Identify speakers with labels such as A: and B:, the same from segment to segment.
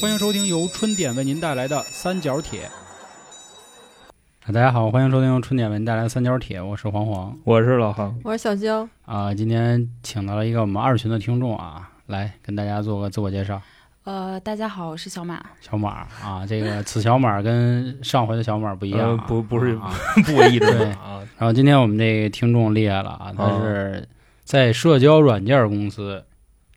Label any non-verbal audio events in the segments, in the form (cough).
A: 欢迎收听由春点为您带来的《三角铁》。大家好，欢迎收听由春点为您带来的《三角铁》，我是黄黄
B: 我是老 (laughs) 航，
C: 我是小娇，
A: 啊、今天请到了一个我们二群的听众啊，来跟大家做个自我介绍。
D: 呃，大家好，我是小马。
A: 小马儿啊，这个此小马儿跟上回的小马儿不一样啊、
B: 呃不不是
A: 啊。
B: 不为一直
A: 对
B: 啊，
A: 然后今天我们这个听众厉害了啊，他
B: 啊
A: 是在社交软件公司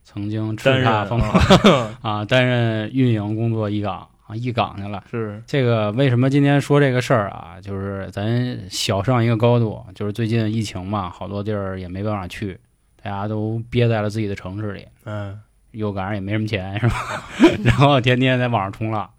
A: 曾经叱
B: 担任
A: 咤
B: 啊
A: 风云啊，担任运营工作一岗啊，一岗去了。
B: (laughs) 是
A: 这个为什么今天说这个事儿啊？就是咱小上一个高度，就是最近疫情嘛，好多地儿也没办法去，大家都憋在了自己的城市里，
B: 嗯
A: 又赶上也没什么钱，是吧？然后天天在网上冲浪，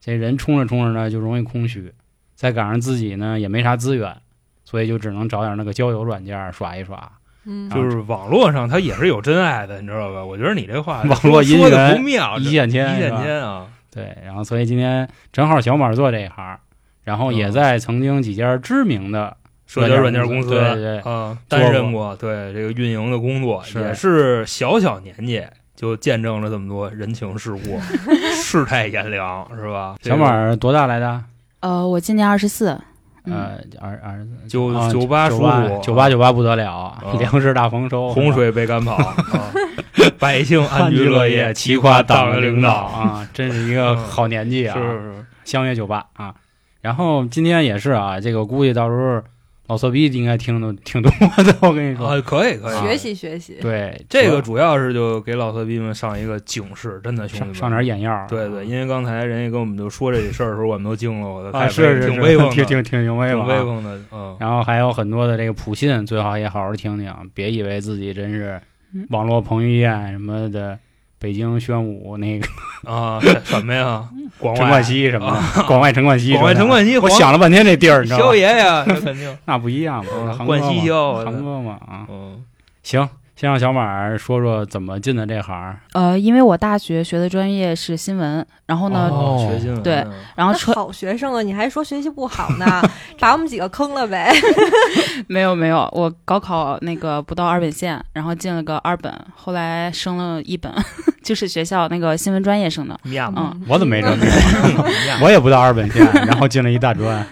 A: 这人冲着冲着呢就容易空虚，再赶上自己呢也没啥资源，所以就只能找点那个交友软件儿耍一耍。
C: 嗯
A: 啊，
B: 就是网络上它也是有真爱的，你知道吧？我觉得你这话
A: 网络
B: 说
A: 姻
B: 的
A: 缘
B: 不妙，
A: 一
B: 这
A: 线牵，
B: 一
A: 是
B: 线
A: 吧
B: 间啊，
A: 对，然后所以今天正好小马做这一行，然后也
B: 嗯
A: 在曾经几家知名的
B: 社交软件公司
A: 对对
B: 啊
A: 做
B: 担任过对这个运营的工作，
A: 是
B: 也是小小年纪。就见证了这么多人情
A: (laughs)
B: 世故，世态炎凉，是吧？
A: 小马儿多大来的？
D: 呃，我今年二十四。嗯，
A: 呃，二二十
B: 九
A: 啊
B: 呃九八
A: 九
B: 叔
A: 八
B: 叔，
A: 九八九八不得了啊，
B: 啊
A: 粮食大丰收，
B: 洪水被赶
A: (laughs)
B: 跑，啊百姓安
A: 安
B: 居
A: 居
B: 乐
A: 乐
B: 业，
A: 业，
B: 齐
A: 齐
B: 夸
A: 夸
B: 党
A: 党
B: 的
A: 的
B: 领
A: 领
B: 导嗯
A: 导啊，真是一个好年纪啊！
B: 是
A: 相约九八啊，然后今天也是啊，这个我估计到时候老色逼应该听的挺多的， (laughs) 我跟你说，
B: 啊，可以可以
C: 学。习学习，
A: 对
B: 这个主要是就给老色逼们上一个警示，真的兄弟
A: 上
B: 们
A: 上点眼药啊，
B: 对对，因为刚才人家跟我们就说这事儿的时候，我们都惊了，我的
A: 啊
B: 太
A: 是是
B: 挺威风
A: 是，(laughs) 挺
B: 的，
A: 挺挺挺威
B: 挺
A: 风
B: 威
A: 啊。
B: 风的，
A: (laughs)
B: 嗯，
A: 然后还有很多的这个普信，最好也好好听听，别以为自己真是
D: 嗯
A: 网络彭于晏什么的，北京宣武那个
B: 啊什
A: (laughs)
B: 么呀，广
A: 陈
B: 外啊
A: 冠希什么的，广外陈冠希什
B: 广
A: 么的，
B: 外陈冠希，
A: 我
B: 黄
A: 想了半天这地儿，你知道
B: 萧
A: 吗？
B: 爷呀，那肯
A: (laughs)
B: 定，
A: 那不一样嘛，不
B: 嗯
A: 是韩
B: 冠
A: 哥
B: 希
A: 嘛，
B: 萧，我
A: 韩
B: 的
A: 哥嘛啊，
B: 嗯
A: 行，先让小马儿说说怎么进的这行。
D: 呃，因为我大学学的专业是新闻，然后呢，
A: 哦
B: 学新闻
D: 对
B: 嗯
D: 然后
C: 那
D: 车 (laughs)
C: 好学生啊，你还说学习不好呢，把我们几个坑了呗？
D: 没有没有，我高考那个不到二本线，然后进了个二本，后来升了一本， (laughs) 就是学校那个新闻专业升的。
B: 面嘛，
D: 嗯，
A: 我怎么没
C: (laughs)
A: 这么
B: 面嘛
A: 我也不到二本线，
B: (laughs)
A: 然后进了一大专，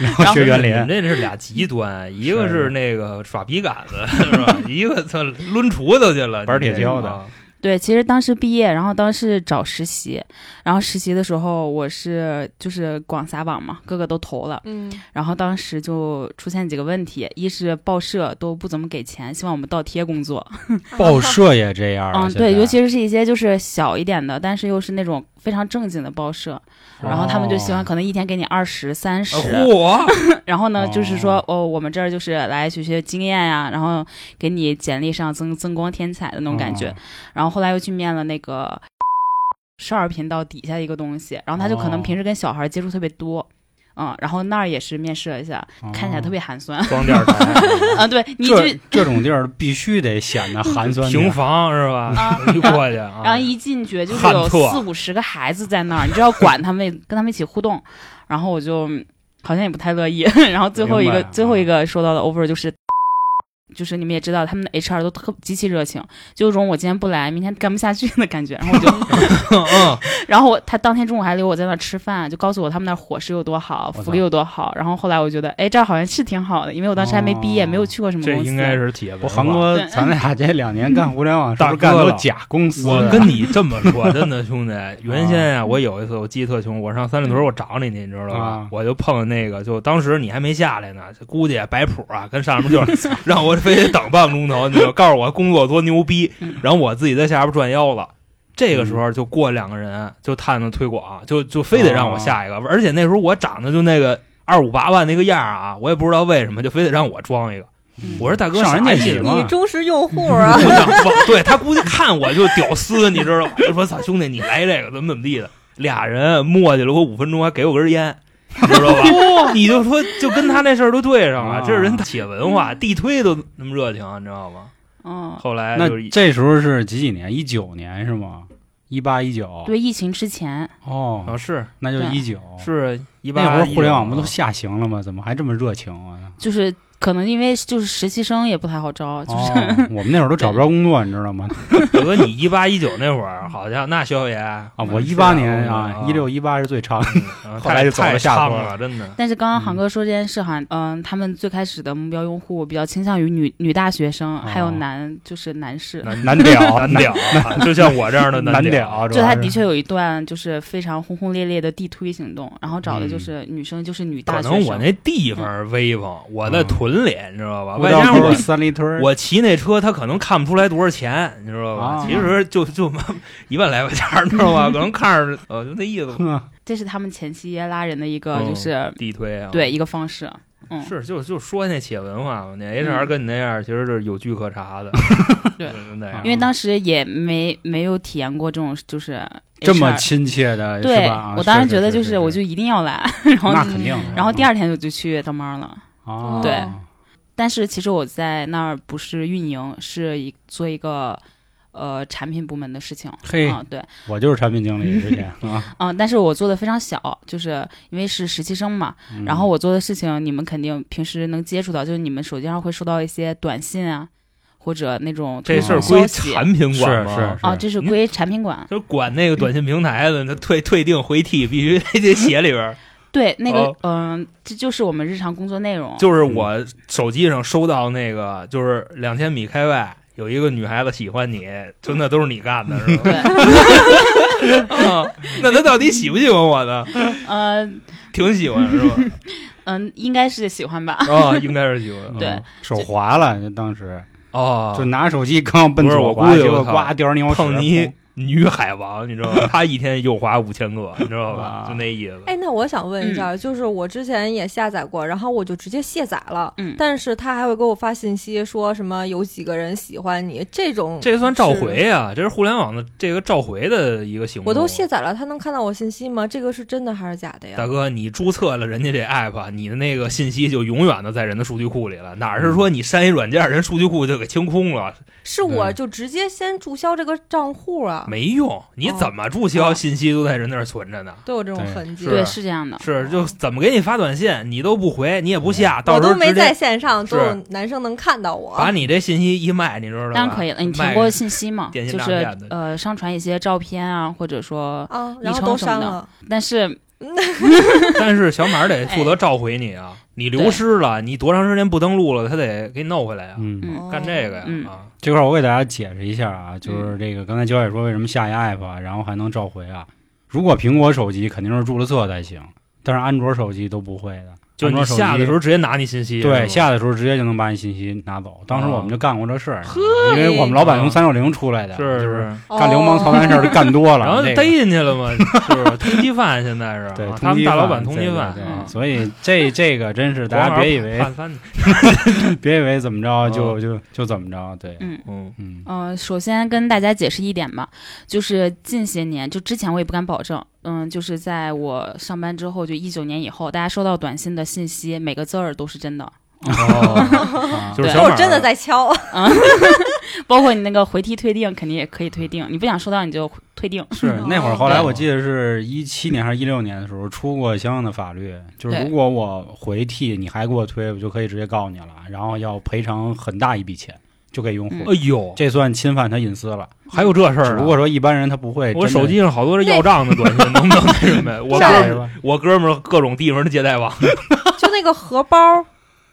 A: 然后 (laughs) 学园林。
B: 这是俩极端，一个是那个耍笔杆子， (laughs) 是吧？一个他抡锄头去了，啊
A: 玩铁锹的
B: 的。
D: 对，其实当时毕业，然后当时找实习，然后实习的时候我是就是广撒网嘛，各个都投了，
C: 嗯，
D: 然后当时就出现几个问题，一是报社都不怎么给钱，希望我们倒贴工作。
A: 报社也这样啊，
D: 嗯，
A: 现
D: 对，
A: 在
D: 尤其是一些就是小一点的，但是又是那种非常正经的报社，
B: 哦
D: 然后他们就喜
A: 哦
D: 欢可能一天给你二十三十，
B: 啊嚯，
D: 然后呢
A: 啊哦
D: 就是说哦，我们这儿就是来学学经验呀、然后给你简历上增增光添彩的那种感觉。
A: 哦
D: 然后后来又去面了那个少儿频道底下一个东西，然后他就可能
A: 哦
D: 平时跟小孩接触特别多，嗯，然后那儿也是面试了一下，
B: 哦
D: 看起来特别寒酸。 (laughs)
B: 装电台， (laughs)
D: 啊，对，你就
A: 嗯啊哦 (laughs) 这这种地儿必须得显得寒酸点
B: (laughs) 平房是吧
D: (laughs) 啊？
B: 一过去啊，
D: 然后一进去就是
B: 旱
D: 有
B: 厕
D: 四五十个孩子在那儿，你就要管他们，跟他们一起互动。然后我就嗯好像也不太乐意。 (laughs) 然后最后一
A: 明
D: 个
A: 白
D: 最后
B: 嗯
D: 一个收到的 offer 就是。 (laughs) 就是你们也知道，他们的 HR 都特极其热情，就有种我今天不来，明天干不下去的感觉。然后我就，
B: 嗯，
D: (laughs) 然后我他当天中午还留我在那儿吃饭，就告诉我他们那儿伙食有多好，
A: 操
D: 福利有多好。然后后来我觉得，哎，这儿好像是挺好的，因为我当时还没毕业，
A: 哦
D: 没有去过什么
B: 这
D: 公司。
B: 应该是铁
A: 我
B: 文化
A: 韩。哥，
D: 对
A: 咱俩这两年干互联网，是不
B: 大
A: 是
B: 哥
A: 干都
B: 了
A: 假公司？
B: 我跟你这么 (laughs) 说，真的兄弟，原先呀，我有一次我记得特清楚，我上三里
D: 嗯
B: 屯我找你去，你知道吧
A: 啊？
B: 我就碰那个，就当时你还没下来呢，估计摆谱啊，跟上面就是 (laughs) 让我非得等半个钟头，你就告诉我工作多牛逼
D: 嗯，
B: 然后我自己在下边转腰了。这个时候就过两个人就探探推广，就就非得让我下一个，而且那时候我长得就那个二五八万那个样儿啊，我也不知道为什么，就非得让我装一个。
A: 嗯
B: 我说大哥，
A: 上人
B: 啥
A: 家
B: 意
A: 去
B: 思
A: 嘛？
C: (laughs) 你忠实用户
B: (laughs)
C: 啊，
B: 我想
A: (laughs)
B: 放，对他估计看我就屌丝，你知道吗？我就说操兄弟，你来这个怎么怎么地的？俩人磨叽了我五分钟，还给我根烟，你知
A: (laughs)
B: 道吧？你就说就跟他那事儿都对上
A: 啊
B: 了，这人铁文化，地推都那么热情，你知道吗？
D: 嗯，
B: 后来
A: 那
B: 就是一
A: 这时候是几几年？一九年是吗？一八一九。
D: 对疫情之前，
A: 哦，
B: 啊是
A: 那就是
D: 对
A: 一九。
B: 是一
A: 哦那会
B: 八
A: 儿互联网不都下行了吗？怎么还这么热情啊？
D: 就是可能因为就是实习生也不太好招，啊就是、
A: 哦，我们那会儿都找不着工作，你知道吗？
B: 我说你一八一九那会儿，好家伙，那消爷啊
A: 啊，我一八
B: (laughs)
A: 年啊，一六一八是最长的。后来就走了
B: 嗯太
A: 下
B: 烫
A: 坡
B: 了，真的。
D: 但是刚刚航哥说这件事哈，嗯、他们最开始的目标用户比较倾向于女女大学生，还
A: 哦
D: 有男就是男士。
A: 难屌，
B: 难屌，啊就像我这样的
A: 哦难
B: 屌，
A: 屌，啊
D: 就他的确有一段就是非常轰轰烈烈的地推行动，然后找的
A: 嗯
D: 就是女生，就是女大
B: 可
D: 学
B: 能
D: 生。嗯
B: 我那地方威风，我
A: 嗯
B: 在屯里，你知道吧？
A: 外
B: 啊外加上我
A: 加三里屯儿，
B: 我骑那车，他可能看不出来多少钱，你知道吧？
A: 啊
B: 其实就就一万来块钱儿，你知道吧？可能看着呃，就那意思，
A: 嗯
D: 这是他们前期拉人的一个
A: 哦
B: 嗯
D: 就是、
B: 地推啊，
D: 对一个方式。嗯，
B: 是，就就说那企业文化嘛，那 HR
D: 嗯
B: 跟你那样，其实就是有据可查的，
D: 对
B: 就是那样
A: 嗯
D: 因为
A: 啊
D: 当时也没没有体验过这种就是
A: 这么
D: HR
A: 亲切的，
D: 对
A: 是吧啊
D: 我当时觉得
A: 是
D: 就是
A: 是
D: 我
A: 是嗯
D: 就一定要来，然后
A: 那肯定的，
D: 然后第二天就就去当班了。
A: 啊，
D: 对但是其实我在那儿不是运营，是一做一个呃产品部门的事情。
A: 嘿
D: 啊、对，
A: 我就是产品经理之前啊，
D: 嗯、但是我做的非常小，就是因为是实习生嘛，
A: 嗯
D: (laughs) 然后我做的事情你们肯定平时能接触到，就是你们手机上会收到一些短信啊，或者那种
B: 这事儿
D: 嗯消
B: 归
D: 息
B: 产品
A: 嗯
B: 管
A: 是
B: 嘛，
A: 是
D: 啊，这是归产品管。
B: 就是管那个短信平台的，他退退订回 T 必须 (laughs) 得得写里边儿。
D: 对，那个
B: 哦
D: 嗯、这就是我们日常工作内容。
B: 就是我手机上收到那个，就是两千米开外有一个女孩子喜欢你，就那都是你干的，是吧？
D: 对，
B: 啊 (laughs) 那她到底喜不喜欢我呢？
D: 呃，
B: 挺喜欢，是吧？
D: 嗯，应该是喜欢吧。
B: 啊，应该是喜欢。
D: 对
A: 嗯手滑了，就当时
B: 哦，
A: 就拿手机刚奔
B: 不是
A: 左
B: 我
A: 滑，
B: 估计
A: 结果
B: 我靠
A: 呱掉尿
B: 碰你女海王，你知道吗？她一天右滑五千个，你知道
A: 啊？
B: 吧就那意思。
C: 哎，那我想问一下，就是我之前也下载过，然后我就直接卸载了，
D: 嗯
C: 但是他还会给我发信息说什么有几个人喜欢你，这种
B: 这算召回哦呀、这是互联网的这个召回的一个行为。
C: 我都卸载了，他能看到我信息吗？这个是真的还是假的呀
B: 大？哥，你注册了人家这 app，你的那个信息就永远的在人的数据库里了。哪是说你删一软件，人数据库就给清空了？
C: 是我就直接先注销这个账户啊，
B: 没用，你怎么注销
C: 哦
B: 信息都在人那儿存着呢？
C: 都有这种
A: 对
C: 痕迹
B: (laughs) 是。啊
D: 对，是这样
A: 哦
D: 的。
B: 是，就怎么给你发短信，你都不回，你也不
A: 嗯
B: 下，
C: 我
B: 到时
C: 都
B: 候
C: 没
B: 直
C: 在
B: 接
C: 线上，
B: 是
C: 都有男生能看到我。
B: 把你这信息一卖，你知道吧？
D: 当然可以了，你
B: 卖
D: 填过信息嘛？
B: 电信
D: 就
B: 诈
D: 是
B: 骗的
D: 呃，上传一些照片啊，或者说，
C: 啊，然后
D: 昵称
C: 都
D: 什么
C: 删
D: 的
C: 了，
D: 但是
B: 但是小马得
A: 哎
B: 负责召回你啊，你流失了，你多长时间不登录了，他得给你弄回来呀、啊
A: 嗯，
C: 哦
D: 嗯
B: 干这个
C: (laughs)
B: 呀、
D: 嗯
B: 啊，
A: 这块儿我给大家解释一下啊，就是这个刚才焦姐说为什么下一 app，啊然后还能召回啊？如果苹果手机肯定是注了册才行，但是安卓手机都不会的。
B: 就
A: 安
B: 你
A: 卓手
B: 下的
A: 机
B: 时候直接拿你信息，是
A: 对，
B: 吧
A: 下的时候直接就能把你信息拿走。当时我们就干过这事儿，
C: 呵
A: 因为我们老板从
B: 啊
A: 三六零出来的，
B: 是，
A: 就是
C: 哦
A: 干流氓操蛋事
C: (laughs)
A: 儿就干多了，
B: 然后
A: 这
B: 就
A: 个
B: 逮进去了
A: (laughs)
B: 嘛，是不是通缉犯现在是啊，
A: 对通缉
B: 他们大老
A: 犯
B: 板通缉犯
A: 对对
B: 啊
A: 对，所以这这个真是大家别以为
B: 判哦翻你，
A: (laughs) 别以为怎么着就就就怎么着，对，
D: 嗯
B: 嗯，
A: 嗯
D: 呃，首先跟大家解释一点吧，就是近些年，就之前我也不敢保证，嗯，就是在我上班之后，就一九年以后，大家收到短信的信息，每个字儿都是真的，
B: (laughs) 哦，
A: 啊
B: 就是
D: 对
B: 小
C: 我
B: 马
C: 真的在敲，
D: 包括你那个回踢退订，肯定也可以退订，你不想收到你就退订。 (laughs)
A: 是
C: 哦
A: 嗯那会儿，后来我记得是一七年还是一六年的时候出过相应的法律，就是
D: 对
A: 如果我回替你还给我推，我就可以直接告你了，然后要赔偿很大一笔钱，就给用户，
B: 哎呦，
A: 这算侵犯他隐私了。
B: 还有这事
A: 只
B: 儿
A: 不
B: 啊。
A: 过说一般人他不哎会真的，
B: 我手机上好多这要账的短信，能不能那什
A: (laughs)
B: 么呀？我
A: 下来
B: 哥
A: 吧。
B: 我哥们儿各种地方的借贷网，
C: (laughs) 就那个荷包。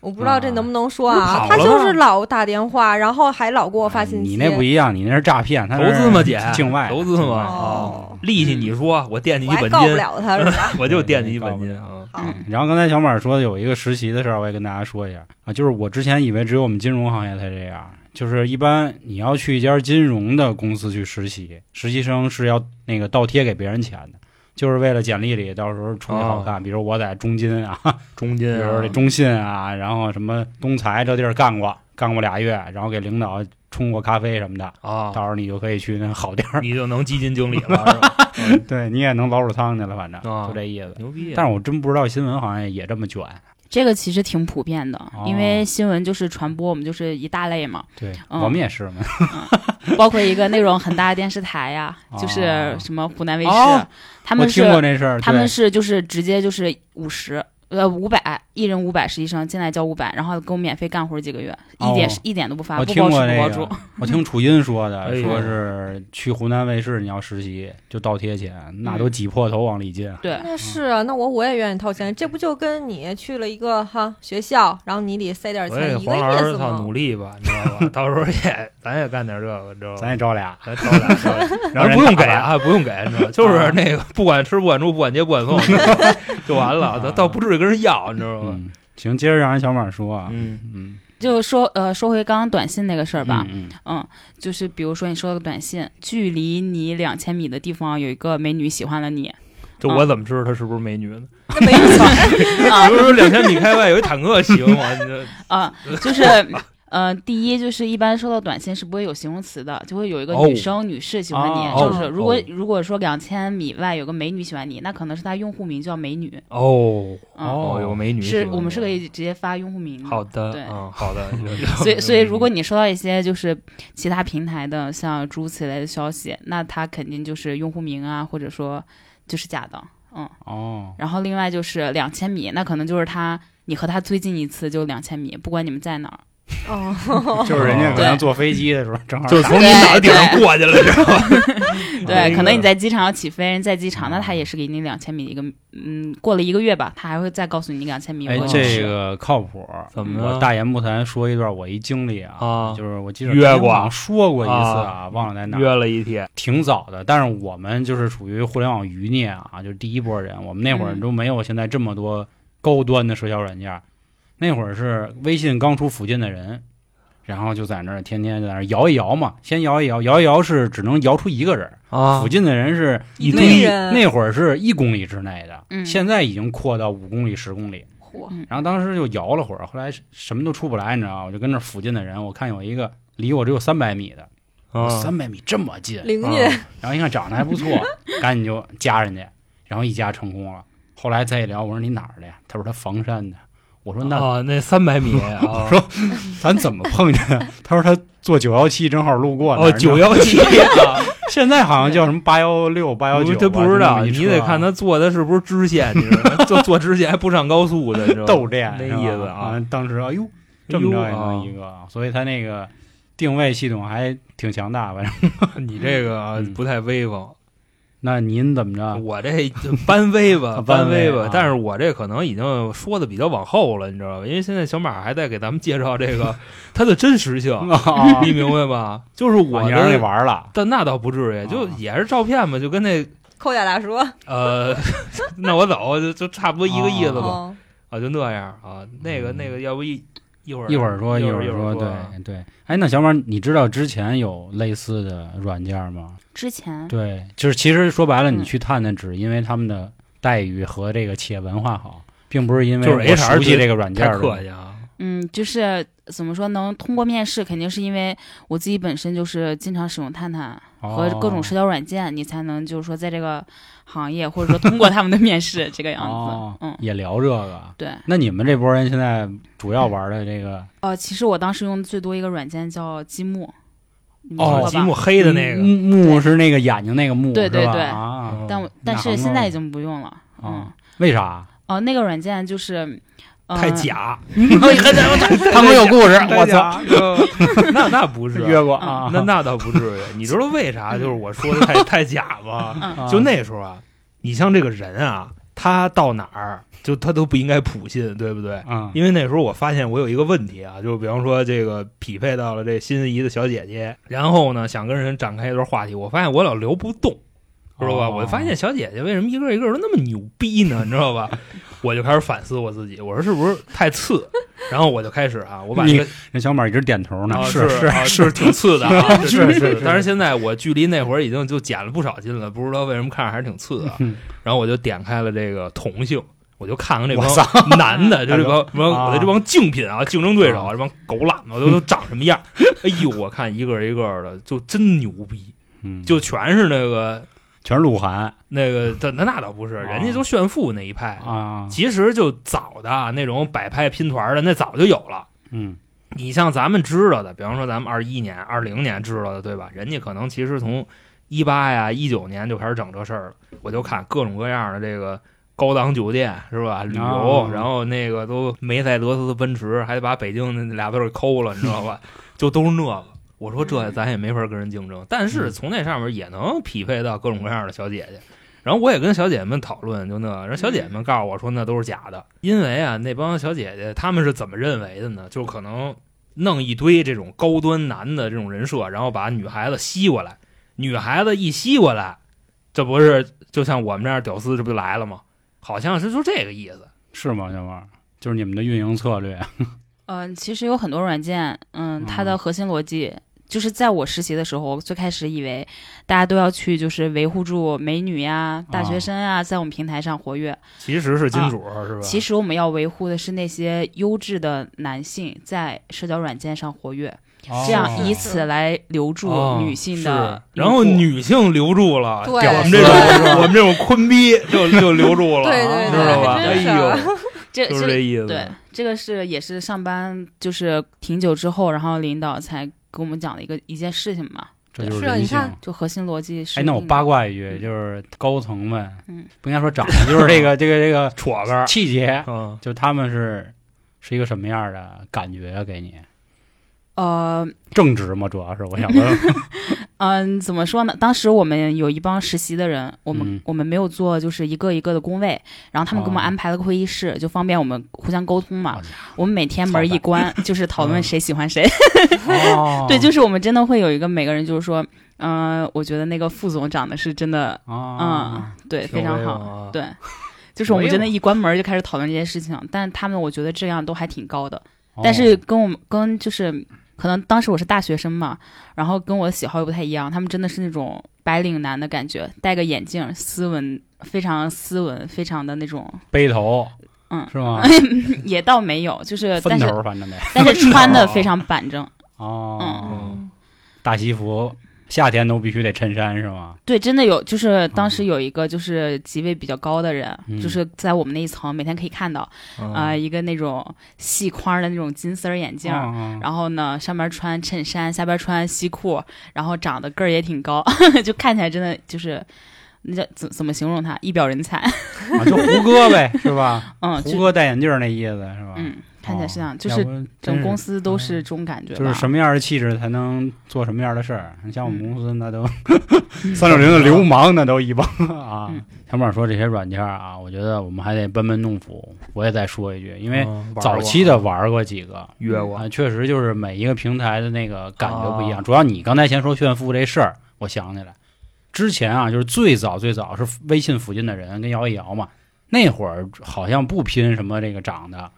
C: 我不知道这能不能说啊
B: 啊，
C: 他
B: 跑了
C: 就
B: 吗哎
C: 是老打电话，然后还老给我发信息。
A: 你那不一样，你那是诈骗，他
B: 投资嘛
A: 吗
B: 姐
A: 境哎外
B: 投资嘛啊
A: 境外嗯
C: 哦
B: 利息你说，我垫你
C: 我
B: 一
C: 还
B: 本
C: 告不
B: 金，
C: 了
B: (laughs)
C: 他是吧？
B: 我就垫你一本金
A: 对
B: 啊。
C: 好
D: 嗯
A: 然后刚才小马说的有一个实习的事儿，我也跟大家说一下啊，就是我之前以为只有我们金融行业才这样，就是一般你要去一家金融的公司去实习，实习生是要那个倒贴给别人钱的，就是为了简历里到时候出去好看。比如我在中金哦啊，
B: 中
A: 比
B: 金
A: 如说这中信啊，然后什么东财这地儿干过，干过俩月，然后给领导冲过咖啡什么的，
B: 啊，
A: 到时候你就可以去那好地 (laughs) 儿，
B: 你就能基
A: (laughs)
B: 金经理了，是吧？
A: 对你也能老鼠仓去了，反正
B: 啊
A: 就这意思。
B: 牛逼！啊
A: 但是我真不知道新闻行业也这么卷，
D: 这个其实挺普遍的，因
A: 哦
D: 为新闻就是传播，我们就是一大类嘛，
A: 对
D: 嗯
A: 我们也是嘛。
D: 包括一个那种很大的电视
B: (laughs)
D: 台呀
A: 哦，
D: 就是什么湖南卫视，
A: 哦
D: 他
A: 我
D: 们是
A: 听过这事儿，
D: 他们
A: 对
D: 是就是直接就是五十呃五百一人五百，实习生进来交五百，然后给我免费干活几个月，
A: 哦
D: 一点一点都不发，
A: 我
D: 不
A: 听
D: 包吃
A: 过
D: 不包
A: 这
D: 住
A: 个。 (laughs) 我听楚音说的，
B: 哎呦
A: 说是去湖南卫视你要实习就倒贴钱，那
D: 嗯
A: 都挤破头往里
B: 嗯
A: 进。
D: 对，
C: 那是啊，那我我也愿意掏钱，这不就跟你去了一个哈学校，然后你得塞点
B: 所
C: 钱
B: 以
C: 一个
B: 黄老
C: 意
B: 师，
C: 思
B: 操，
C: 吗
B: 努？力吧，你知道吧？到时候也咱也干点这个，你知道吧？
A: 咱也招俩，
B: 咱找
A: (laughs)
B: 俩，
A: 让人啊
B: 然后不用
A: 打
B: 给
A: 完
B: 啊，不用给，你知道吗，就是那个不管吃不管住不管接不
A: (laughs)
B: 管送就完了，咱倒不至于跟人要，你知道吗？
A: 啊嗯，行，接着让人小马说啊，
B: 嗯，
A: 嗯，
D: 就说呃，说回刚刚短信那个事儿
A: 是
D: 吧，
A: 嗯，
D: 嗯，就是比如说你收到个短信，距离你两千米的地方有一个美女喜欢了你，
B: 就我怎么知道她是不是美女呢？
C: 那没意思，
B: 比如说两千米开外有一坦克喜欢我，
A: (laughs)
B: 你这
D: 啊，就是呃，第一就是一般收到短信是不会有形容词的，就会有一个
B: 哦
D: 女生、女士喜欢你，
B: 哦
D: 就是
B: 哦
D: 如果、
B: 哦
D: 如果说两千米外有个美女喜欢你，那可能是她用户名叫美女，
B: 哦
D: 嗯、
B: 哦，有个美女啊喜
D: 是
B: 欢
D: 我们是可
B: 你
D: 以直接发用户名的。
B: 好的，
D: 对
A: 啊
B: 嗯，好 (laughs) 的，
D: 所以，所以如果你收到一些就是其他平台的像诸如此类的消息，那它肯定就是用户名啊，或者说就是假的，嗯。
A: 哦，
D: 然后另外就是两千米，那可能就是他，你和他最近一次就两千米，不管你们在哪儿。
C: (laughs) 哦，
A: 就是人家可能
D: 对
A: 坐飞机的时候正好
B: 就是
A: 打
B: 从你脑袋顶上
D: 对
B: 过去了，知
A: (laughs)
B: 道吗？
D: 对，可能你
B: 在
D: 在机场要起飞，人在机场，那他也是给你两千米一个，嗯，过了一个月吧，他还会再告诉你你两千米有
A: 哎
D: 多，少
A: 这个靠谱。
B: 怎么
A: 我
B: 了
A: 大言不惭说一段我一经历啊，
B: 嗯啊
A: 就是我记得之
B: 约
A: 前
B: 过
A: 好像说过一次
B: 啊
A: 忘了在哪儿，
B: 约了一天，
A: 挺早的。但是我们就是属于互联网余孽啊，就是第一波人。我们那会儿
D: 嗯
A: 都没有现在这么多高端的社交软件儿，那会儿是微信刚出附近的人，然后就在那儿天天在那儿摇一摇嘛，先摇一摇，摇一摇是只能摇出一个人儿，
B: 啊
A: 附近的人是
C: 一
A: 那
C: 堆人
A: 那会儿是一公里之内的，
D: 嗯
A: 现在已经扩到五公里、十公里。
C: 嚯
A: 然后当时就摇了会儿，后来什么都出不来，你知道吗？我就跟那附近的人，我看有一个离我只有三百米的，
B: 啊
A: 三百米这么近，
C: 邻居
B: 啊
A: 然后一看长得还
B: (laughs)
A: 不错，赶紧就加人家，然后一加成功了。后来再一聊，我说你哪儿的呀？他说他房山的。我说那
B: 啊，那三
A: (laughs)
B: 百米啊，
A: 我说咱怎么碰见
B: (laughs)
A: 的？他说他坐九幺七正好路过那儿
B: 哦九，
A: (laughs)
B: 幺七啊，
A: 现在好像叫什么八幺六、八幺
B: 不
A: 九，啊
B: 这不知道，
A: 就那么一啊
B: 你
A: 车
B: 得看他坐的是不是支线，你知道吗？坐坐支线还不上高速的，你知道吗
A: 斗练
B: 那
A: 是吧
B: 意思啊，
A: 啊。当时哎呦，这么着也
B: 哎呦
A: 能一个，所以他那个定位系统还挺强大，反正。
B: 你这个啊
A: 嗯
B: 不太威风，
A: 那您怎么着？
B: 我这就班威吧，
A: 班
B: 班
A: 威
B: 威
A: 啊
B: 吧，但是我这可能已经说的比较往后了，你知道吧？因为现在小马还在给咱们介绍这
A: (laughs)
B: 个它的真实性，
A: 啊
B: (laughs) 你明白吧？就是我
A: 你让人给
B: 的，
A: 玩了，
B: 但那倒不至于，就
A: 啊
B: 也是照片嘛，就跟那
C: 扣下来说，
B: 呃， (laughs) 那我走就就差不多一个意思吧，
C: 哦，
B: 啊，就那样啊，那个那个，要不一一会儿
A: 嗯一会儿说
B: 一
A: 会
B: 一会
A: 说，
B: 儿
A: 对对。哎，那小马，你知道之前有类似的软件吗？
D: 之前
A: 对，就是其实说白了，
D: 嗯
A: 你去探探，只是因为他们的待遇和这个企业文化好，并不是因为
B: 就是
A: 我
B: HR
A: 熟悉这个软件
B: 太
A: 儿
B: 客
A: 的。
B: 气啊，
D: 嗯，就是怎么说能通过面试，肯定是因为我自己本身就是经常使用探探
A: 哦
D: 和各
B: 哦
D: 种社交软件，你才能就是说在这个行业或者说通过他们的
B: (laughs)
D: 面试这个样子，
A: 哦
D: 嗯，
A: 也聊这个。
D: 对。
A: 那你们这波人现在主要玩的这个
D: 呃，其实我当时用的最多一个软件叫积木，你们
A: 哦嗯
D: 用过
B: 积
D: 吧
B: 木嗯黑的那个，
A: 木是那个眼睛那个木，
D: 对对
A: 是吧
D: 对
A: 啊，
D: 但我
A: 那
D: 但
A: 好
D: 是现在
A: 弄
D: 已经不用了。
B: 哦
D: 嗯，
A: 为
B: (laughs)
A: 啥？
D: 哦，那个软件就是，呃、
A: 嗯 (laughs)
B: 太。
D: (laughs)
B: 假，
A: 他们有故事，
B: (laughs)
A: 我操，
B: 操，那那
A: (laughs)
B: 不是
A: 约过
D: 嗯
A: 啊，
B: 那那倒不至于，你知道为啥？就是我说
A: (laughs)
B: 的太太假吗？
A: 啊
B: 就那时候啊，你像这个人啊，他到哪儿就他都不应该普信，对不对？
A: 啊，
B: 因为那时候我发现我有一个问题啊，就是比方说这个匹配到了这心仪的小姐姐，然后呢想跟人展开一段话题，我发现我老聊不动，知道吧？
A: 哦
B: 我就发现小姐姐为什么一个一个都那么牛逼呢？你知道吧？我就开始反思我自己，我说是不是太次？然后我就开始啊，我把这个
A: 那小马一直点头 (laughs) 呢，
B: 啊
A: 是
B: 是啊
A: 是
B: 是挺次的啊，
A: (laughs) 是
B: 是
A: 是是
B: 但是现在我距离那会儿已经就减了不少斤了，不知道为什么看着还是挺次的啊。
A: 嗯
B: (laughs) 然后我就点开了这个同性，我就看看这
A: 我
B: 帮
A: 操，(laughs)
B: 男的，就这帮什么
A: 啊
B: 我的这帮竞品啊，竞争对手
A: 啊
B: 啊，这帮狗懒子都都长什么样？ (laughs) 哎呦，我看一个一个的就真牛逼，
A: 嗯
B: 就全是那个
A: 全是鹿晗
B: 那个，但那那倒不是，
A: 啊
B: 人家都炫富那一派。
A: 啊，
B: 哎其实就早的啊那种百派拼团的，那早就有了。
A: 嗯
B: 你像咱们知道的，比方说咱们二一年、二零年知道的，对吧？人家可能其实从一八呀、一九年就开始整这事儿了。我就看各种各样的这个高档酒店是吧？旅游，
A: 哦
B: 然后那个都梅赛德斯奔驰，还得把北京那俩字儿给抠了，你知道吧？ (laughs) 就都是那个。我说这咱也没法跟人竞争，但是
A: 嗯
B: 从那上面也能匹配到各种各样的小姐姐。然后我也跟小姐姐们讨论，就那，人小姐姐们告诉我说那都是假的，因为啊，那帮小姐姐她们是怎么认为的呢？就可能弄一堆这种高端男的这种人设，然后把女孩子吸过来，女孩子一吸过来，这不是就像我们这样屌丝这不就来了吗？好像是就这个意思。
A: 是吗？小王，就是你们的运营策略。
D: 嗯、其实有很多软件，嗯，它的
A: 嗯
D: 核心逻辑就是在我实习的时候，我最开始以为大家都要去就是维护住美女呀、大学
B: 哦
A: 啊
D: 生啊，在我们平台上活跃。
B: 其实是金主、是吧？
D: 其实我们要维护的是那些优质的男性在社交软件上活跃，这
A: 哦
D: 样以此来留住
B: 哦
D: 女性
B: 是
D: 的用
B: 然
D: 户。
B: 后女性留住了，
C: 对
B: 屌我们这种我们这种坤逼就就留住了，啊
C: 对对
B: 知道吧？
C: 对
B: 哎
C: 真是
B: 呦，
D: 这
B: 就是这意思。
D: 对，这个是也是上班就是挺久之后，然后领导才给我们讲的一个一件事情嘛，
A: 这就是
C: 是啊
A: 人
C: 你
A: 性。
C: 看
D: 就核心逻辑是。
A: 哎，那我八
D: 卦，
A: 卦一句，
D: 嗯
A: 就是高层们，
D: 嗯
A: 不应该说长得，就是这个这个这个
B: 戳根儿，
A: 气节，
B: 嗯，
A: 就他们是是一个什么样的感觉啊？给你
D: 呃
A: 正直吗？主要是我想问，
D: 嗯，怎么说呢？当时我们有一帮实习的人，我们、
A: 嗯
D: 我们没有做就是一个一个的工位，然后他们给我
A: 哦
D: 们安排了个会议室，就方便我们互相沟通嘛
A: 好家。
D: 我们每天门一关，就是讨论
A: 嗯
D: 谁喜欢谁。
A: 哦
D: (laughs) 对，就是我们真的会有一个每个人就是说，嗯、我觉得那个副总长得是真的，嗯
A: 啊，，
D: 对，非常好。
B: 好
D: 对，就是我
A: 哦没
D: 们
A: 有
D: 真的一关门就开始讨论这些事情，但他们我觉得质量都还挺高的，
A: 哦
D: 但是跟我们跟就是可能当时我是大学生嘛，然后跟我的喜好又不太一样，他们真的是那种白领男的感觉，戴个眼镜，斯文，非常斯文，非常的
A: (laughs)
D: 那种，
A: 背头，
D: 嗯
A: 是吗？
D: 也倒没有，
A: (laughs)
D: 就是
A: 分
D: 但是嗯
A: 头反正得
D: 但是穿的非常板正，
A: 哦，
B: 嗯
A: 大西服，夏天都必须得衬衫是吗？
D: 对，真的有，就是当时有一个就是级位比较高的人，
A: 嗯哦
D: 就是在我们那一层每天可以看到啊、一个那种细框的那种金丝儿眼镜。
A: 嗯
D: 然后呢，上面穿衬衫，下边穿西裤，然后长得个儿也挺高， (laughs) 就看起来真的就是，那叫怎怎么形容他？一表人才，
A: 啊就胡歌
D: (laughs)
A: 呗，是吧？
D: 嗯，
A: 胡
D: 就
A: 歌戴眼镜那意思是吧？
D: 嗯，看起来是这样，
A: 哦
D: 就
A: 要
D: 是
A: 不真
D: 整
A: 是嗯
D: 公司都是这种感觉吧，
A: 就是什么样的气质才能做什么样的事儿。你像我们
D: 嗯
A: 公司那都 (laughs) 三六零的流氓，那都一帮啊
D: 嗯。
A: 小马说这些软件啊，我觉得我们还得班门弄斧。我也再说一句，因
B: 因
D: 哦
A: 为早期的嗯玩过几个
B: 约过
A: 啊，确实就是每一个平台的那个感觉不一样。
B: 哦
A: 主要你刚才先说炫富这事儿，我想起来，之前啊，就是最早最早是微信附近的人跟摇一摇嘛，那会儿好像不拼什么这个长得，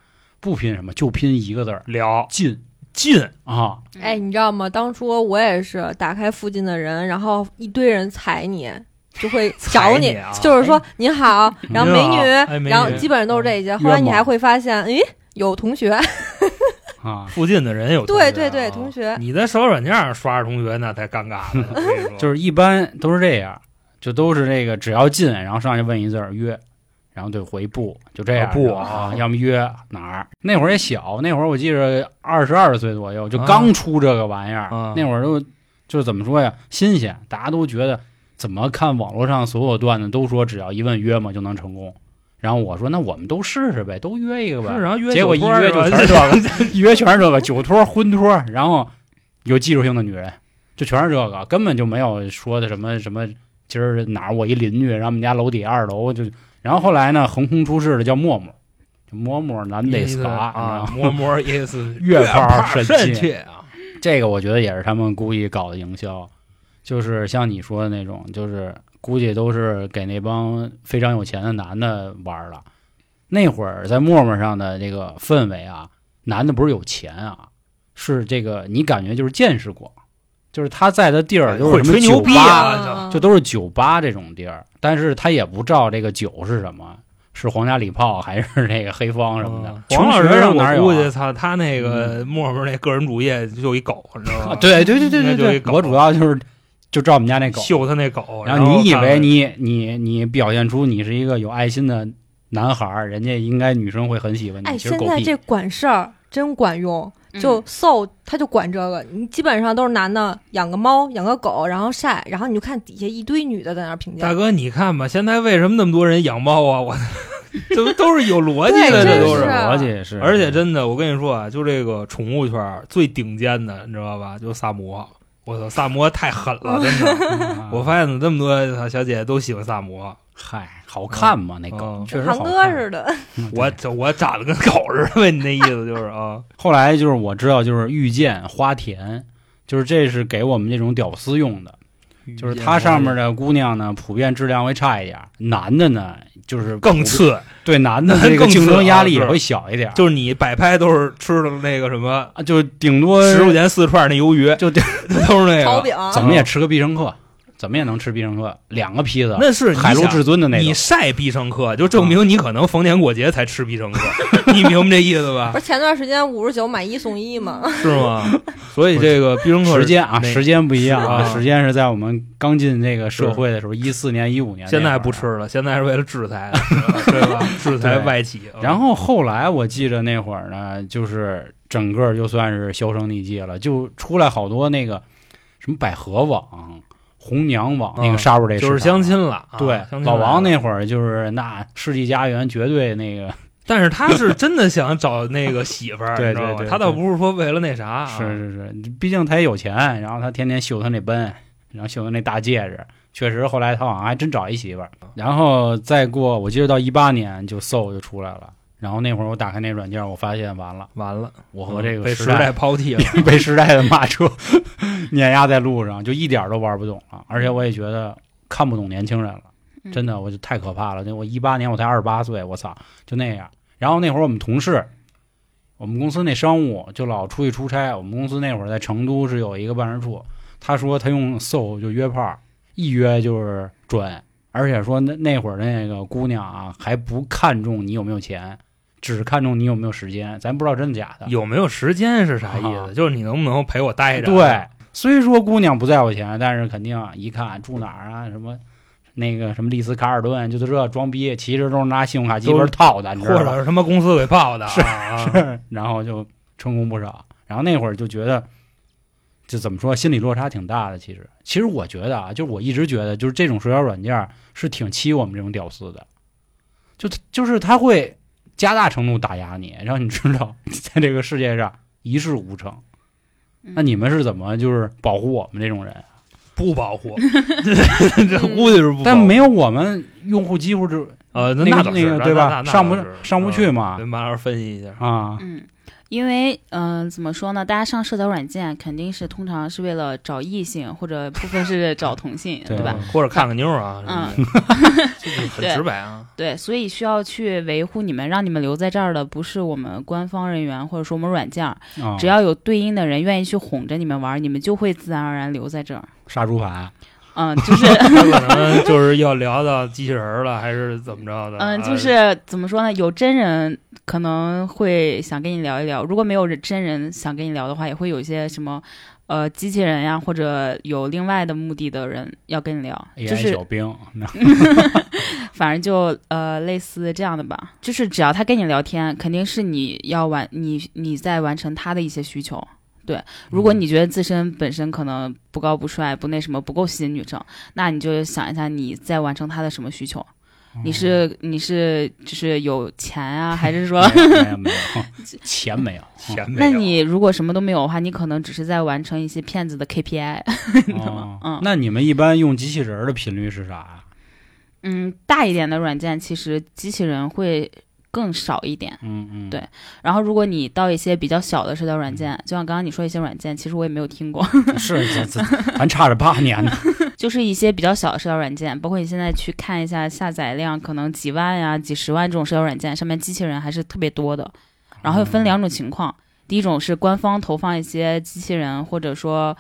A: 不拼什么，就拼一个字儿
B: 聊
A: 近
B: 近，
A: 啊。
D: 嗯
C: 哎，你知道吗？当初我也是打开附近的人，然后一堆人踩你，就会找
B: (laughs) 踩你啊
C: 就是说您
B: (laughs)
C: 好，然后美女，
B: 哎美女嗯
C: 然后基本上都是这些。后来你还会发现，诶，有同学，
A: 啊，
B: 附近的人有同学啊
C: 对对对，同学，
B: 你在社交软件上刷着同学，那才尴尬
A: (laughs)
B: 呢。我跟你说
A: 就是一般都是这样，就都是这个只要进，然后上去问一字儿约，然后对回不，就这样
B: 啊不
A: 啊
B: 啊，
A: 要么约哪儿？那会儿也小，那会儿我记着二十二岁左右，就刚出这个玩意儿，
B: 啊
A: 那会儿都就是怎么说呀，新鲜，大家都觉得怎么看网络上所有段子都说只要一问约嘛就能成功，然后我说那我们都试试呗，都约一个呗，
B: 是然啊后约
A: 结果一
B: 酒托儿
A: 约就全
B: 吧
A: 是这个，
B: (laughs)
A: 一约全是这个酒托、婚托，然后有技术性的女人，就全是这个，根本就没有说的什么什么。今儿哪儿我一邻居，然后我们家楼底下二楼就，然后后来呢，横空出世的叫默默，就默默男得死
B: 啊，
A: 啊，
B: 摸摸意思，
A: (laughs) 越
B: 怕
A: 怕
B: 肾
A: 肾气
B: 啊，
A: 这个我觉得也是他们故意搞的营销，就是像你说的那种，就是估计都是给那帮非常有钱的男的玩儿了。那会儿在陌陌上的这个氛围啊，男的不是有钱啊，是这个你感觉就是见识过，就是他在的地儿都
B: 会
A: 是什么
B: 吹
A: 酒
B: 牛逼
A: 吧，
B: 啊，就
C: 嗯
A: 就都是酒吧这种地儿，但是他也不照这个酒是什么，是皇家礼炮还是这个黑方什么的。
B: 黄嗯老师
A: 上哪儿
B: 哦我
A: 有
B: 估
A: 啊？
B: 计
A: 嗯
B: 他他那个陌陌那个人主页就一狗，你知道
A: 啊
B: 吧？，
A: 对对对对
B: 那就一
A: 对
B: 狗
A: 对，我主要就是就照我们家那狗，
B: 秀他那狗，
A: 然
B: 后
A: 后你以
B: 看
A: 为你你你表现出你是一个有爱心的男孩儿，人家应该女生会很喜欢你。
C: 哎，
A: 其实
C: 现
A: 狗
C: 在
A: 屁
C: 这管事儿真管用，
D: 嗯
C: 就搜，他就管这个。你基本上都是男的养个猫、养个狗，然后晒，然后你就看底下一堆女的在那儿评
B: 大
C: 价。
B: 哥，你看吧，现在为什么那么多人养猫啊？我 (laughs) 这都是有逻辑的，这
C: 对真
B: 都
C: 是
A: 逻辑也是，
B: 而且真的，我跟你说啊，就这个宠物圈儿最顶尖的，你知道吧？就萨摩，我操，萨摩太狠
A: (laughs)
B: 了，真的。 (laughs)
A: 啊
B: 我发现怎么这么多小姐姐都喜欢萨摩，
A: 嗨，好看吗？那狗
B: 嗯
A: 确实
C: 堂
A: 好
C: 哥
A: 看。
C: 似的，
A: 嗯对
B: 我这我长得跟狗似的呗，你那意思就是啊，
A: 后来就是我知道，就是遇见花田，就是这是给我们这种屌丝用的，就是它上面的姑娘呢，普遍质量会差一点儿，男的呢就是
B: 更
A: 次，
B: 次，
A: 对男
B: (laughs)
A: 的这个
B: 更次
A: 竞争压力也
B: 啊
A: 会小一点儿，
B: 就是你摆拍都是吃的那个什么
A: 啊就顶多
B: 十块钱四串那鱿鱼， (laughs)
A: 就
B: 都是那
C: 炒
B: 个。
C: 饼。
A: 怎么也吃个必胜客，怎么也能吃必胜客两个披萨，
B: 那是你
A: 海陆
B: 想
A: 至尊的那
B: 你
A: 种。嗯
B: 晒必胜客，就证明你可能逢年过节才吃必胜客， (laughs) 你明白这意思
A: (laughs)
B: 吧
C: 不？是前段时间五十九买一送一吗？
B: 是吗？所以这个必胜客
A: 时间啊，
B: 那
A: 时间不一样
B: 是啊
A: 时间是在我们刚进这个社会的时候，一四年、一五年，
B: 现在不。吃了，现在是为了制裁
A: (laughs)
B: 的，对吧？制裁外企。啊
A: 然后后来我记着那会儿呢，就是整个就算是销声匿迹了，就出来好多那个什么百合网、红娘网
B: 啊
A: 那个杀入这
B: 就是
A: 市场
B: 相亲了，啊
A: 对
B: 相亲，了
A: 老王那会儿就是那世纪佳缘绝对那个
B: 但是他是真的想找那个媳妇
A: (laughs)
B: 儿，
A: 对
B: 你知道
A: 对
B: 吧？
A: 对
B: 他倒不是说为了那啥啊，
A: 是是是，毕竟他也有钱，然后他天天秀他那奔，然后秀他那大戒指。确实，后来他好像还真找一媳妇儿。然后再过，我记得到一八年就搜就出来了。然后那会儿我打开那软件，我发现完了，
B: 完了，
A: 我和这个
B: 嗯被
A: 时
B: 时
A: 代
B: 代抛
A: (laughs)
B: 弃了。
A: 被时代的马车碾压在路上，就一点儿都玩不懂了。而且我也觉得看不懂年轻人了，真的，我就太可怕了。就我一八年我才二十八岁，我操，就那样。然后那会儿我们同事，我们公司那商务就老出去出差。我们公司那会儿在成都是有一个办事处，他说他用搜就约炮，一约就是准，而且说那那会儿那个姑娘啊还不看重你有没有钱，只看重你有没有时间。咱不知道真的假的，
B: 有没有时间是啥意
A: 啊
B: 思？就是你能不能陪我待着？啊
A: 对，虽说姑娘不在乎钱，但是肯定啊，一看住哪儿啊，什么那个什么丽思卡尔顿，就这装逼，其实都是拿信用卡积分套的，你知
B: 或
A: 道
B: 者
A: 吧？
B: 是他妈公司给泡的啊，是
A: 然后就成功不少。然后那会儿就觉得，就怎么说，心理落差挺大的。其实，其实我觉得啊，就是我一直觉得，就是这种社交软件儿是挺欺我们这种屌丝的，就就是他会加大程度打压你，让你知道在这个世界上一事无成。那你们是怎么就是保护我们这种人？
B: 不
A: (laughs)
B: 保护，这这估计是不保护。
A: 嗯但没有我们用户几乎是
B: 呃，
A: 那
B: 那
A: 个
B: 倒是
A: 那个
B: 那
A: 对吧？
B: 那那
A: 上不
B: 倒是
A: 上不去
B: 嗯
A: 嘛
B: 跟马老师分析一下，
A: 啊，
D: 嗯，因为嗯、呃怎么说呢？大家上社交软件肯定是通常是为了找异性，或者部分是找同性，
A: 对
D: 对吧？
B: 嗯？或者看个妞儿啊，
D: 嗯
B: 什么
D: (laughs)
B: 的，这个很直白啊。
D: 对，所以需要去维护你们，让你们留在这儿的不是我们官方人员或者说我们软件儿，
A: 啊
D: 嗯只要有对应的人愿意去哄着你们玩儿，你们就会自然而然留在这儿。
A: 杀猪盘，
D: 嗯，就是，
B: (laughs) 可能就是要聊到机器人儿了，还是怎么着的？
D: 嗯，
B: 啊
D: 就是怎么说呢？有真人可能会想跟你聊一聊，如果没有真人想跟你聊的话，也会有一些什么，呃，机器人呀，或者有另外的目的的人要跟你聊，
A: AI
D: 就是
A: 小
D: (laughs)
A: 兵，
D: 反正就呃类似这样的吧，就是只要他跟你聊天，肯定是你要完你你在完成他的一些需求。对，如果
B: 嗯
D: 你觉得自身本身可能不高不帅不那什么不够吸引女生，那你就想一下你在完成他的什么需求？
B: 哦
D: 你是你是就是有钱啊，还是说？
A: 没有没有，钱没有，啊
B: 钱 (laughs) 没
D: 那
B: 有
D: 你如果什么都没有的话，你可能只是在完成一些骗子的 KPI。
A: 哦
D: 嗯
A: 那你们一般用机器人儿的频率是啥啊呀？
D: 嗯，大一点的软件其实机器人会更少一点。
A: 嗯嗯，
D: 对然后，如果你到一些比较小的社交软件，就像刚刚你说一些软件，其实我也没有听过， (laughs)
A: 是这这咱差着八年呢。
D: 就是一些比较小的社交软件，包括你现在去看一下下载量，可能几万呀、几十万这种社交软件，上面机器人还是特别多的。 (laughs) 然后又分两种情况，第一种是官方投放一些机器人，或者说。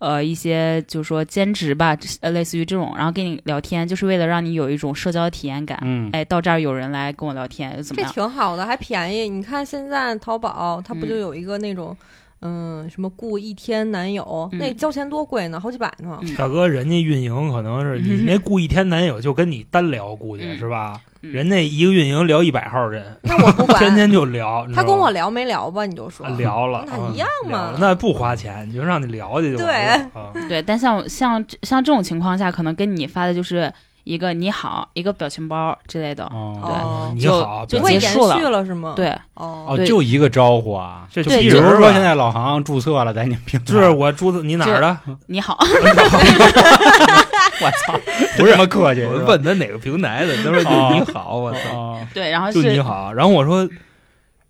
D: 呃，一些就是说兼职吧，呃，类似于这种，然后跟你聊天，就是为了让你有一种社交体验感。
A: 嗯，
D: 哎，到这儿有人来跟我聊天，又怎么
C: 这
D: 样？嗯
C: 挺好的，还便宜。你看现在淘宝它不就有一个那种嗯，什么雇一天男友，
D: 嗯
C: 那交钱多贵呢，好几百呢。
D: 嗯
B: 大哥，人家运营可能是
D: (laughs)
B: 你那雇一天男友就跟你单聊，估计
D: 嗯
B: 是吧？
D: 嗯
B: 人家一个运营聊一百号人，
C: 那
B: (laughs)
C: 我不
B: 天
C: 管，
B: 天就聊。你知
C: 他
B: 道
C: 跟我
B: 吗
C: 聊没聊吧？你就说
B: 啊聊了，
C: 那
B: 嗯
C: 一样
B: 聊
C: 嘛
B: 了。那不花钱，你就让你聊去就完了。嗯
D: 对，但像像像这种情况下，可能跟你发的就是一个你好，一个表情包之类的。
A: 哦，
C: 哦，
B: 啊你
D: 就
B: 好，
D: 就
C: 不
B: 表
C: 会
B: 情
D: 结
C: 延
D: 束了
C: 续了是吗？，
D: 对，
C: 哦，
A: 哦，
D: 对
A: 就一个招呼啊。
B: 这
A: 就
D: 对
A: 比
B: 就
A: 如
B: 是
A: 说
B: 吧
A: 现在老航注册了，在你们平台
B: 就是我住的你哪儿的？
D: 你好， (laughs)
A: (laughs)
B: 我操！
A: 不是这么客气，
B: 我问他哪个平台的，他说就你好，我操，
A: 哦，
D: 对，然后
B: 就是你好。然后我说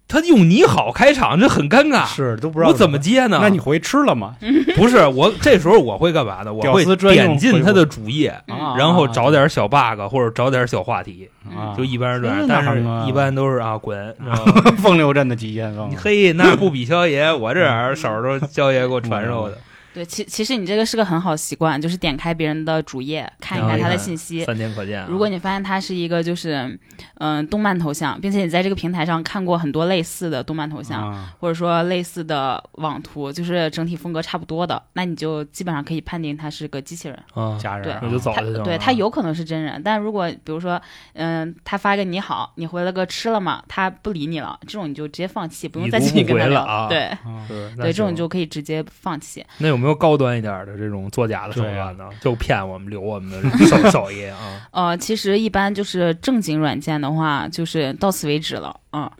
B: 他用你好开场，这很尴尬，
A: 啊是都不知道
B: 我怎么接呢？
A: 那你回吃了吗？
B: (laughs)
D: 嗯
B: 不是我这时候我会干嘛呢？我
A: 屌
B: 会
A: 丝专用
B: 点
A: 回
B: 进
A: 复
B: 他的主页，
A: 啊
B: 然后找点小 bug 或者找点小话题，
A: 啊，
B: 就一般是这样
A: 真，的
B: 但是
A: 吗
B: 一般都是啊滚，你知道吗
A: (laughs) 风流镇的极限
B: 你
A: 风，
B: 嘿，那不比肖爷，我这耳手儿都是肖爷给我传授的，
D: 对，其其实你这个是个很好习惯，就是点开别人的主页，看一
B: 然后
D: 看
B: 一
D: 他的
B: 看
D: 信息。
B: 三天可见啊。
D: 嗯如果你发现他是一个就是嗯、动漫头像，并且你在这个平台上看过很多类似的动漫头像，
A: 啊
D: 或者说类似的网图，就是整体风格差不多的，那你就基本上可以判定他是个机器人。
B: 啊，
A: 家人啊，
B: 那就走
D: 他
B: 就行了。
D: 对他有可能是真人，但如果比如说，嗯，他发个你好，你回了个吃了吗？他不理你了，这种你就直接放弃，不用
B: 已
D: 再
B: 读
D: 继续
B: 不
D: 跟他
B: 回
D: 聊。
B: 了啊
D: 对
A: 啊
B: 是那
D: 对，这种
B: 行
D: 就可以直接放弃。
B: 那有没有高端一点的这种作假的手段呢？就骗我们留我们的手手艺
D: (laughs)
B: 啊？
D: 呃，其实一般就是正经软件的话，就是到此为止了。嗯，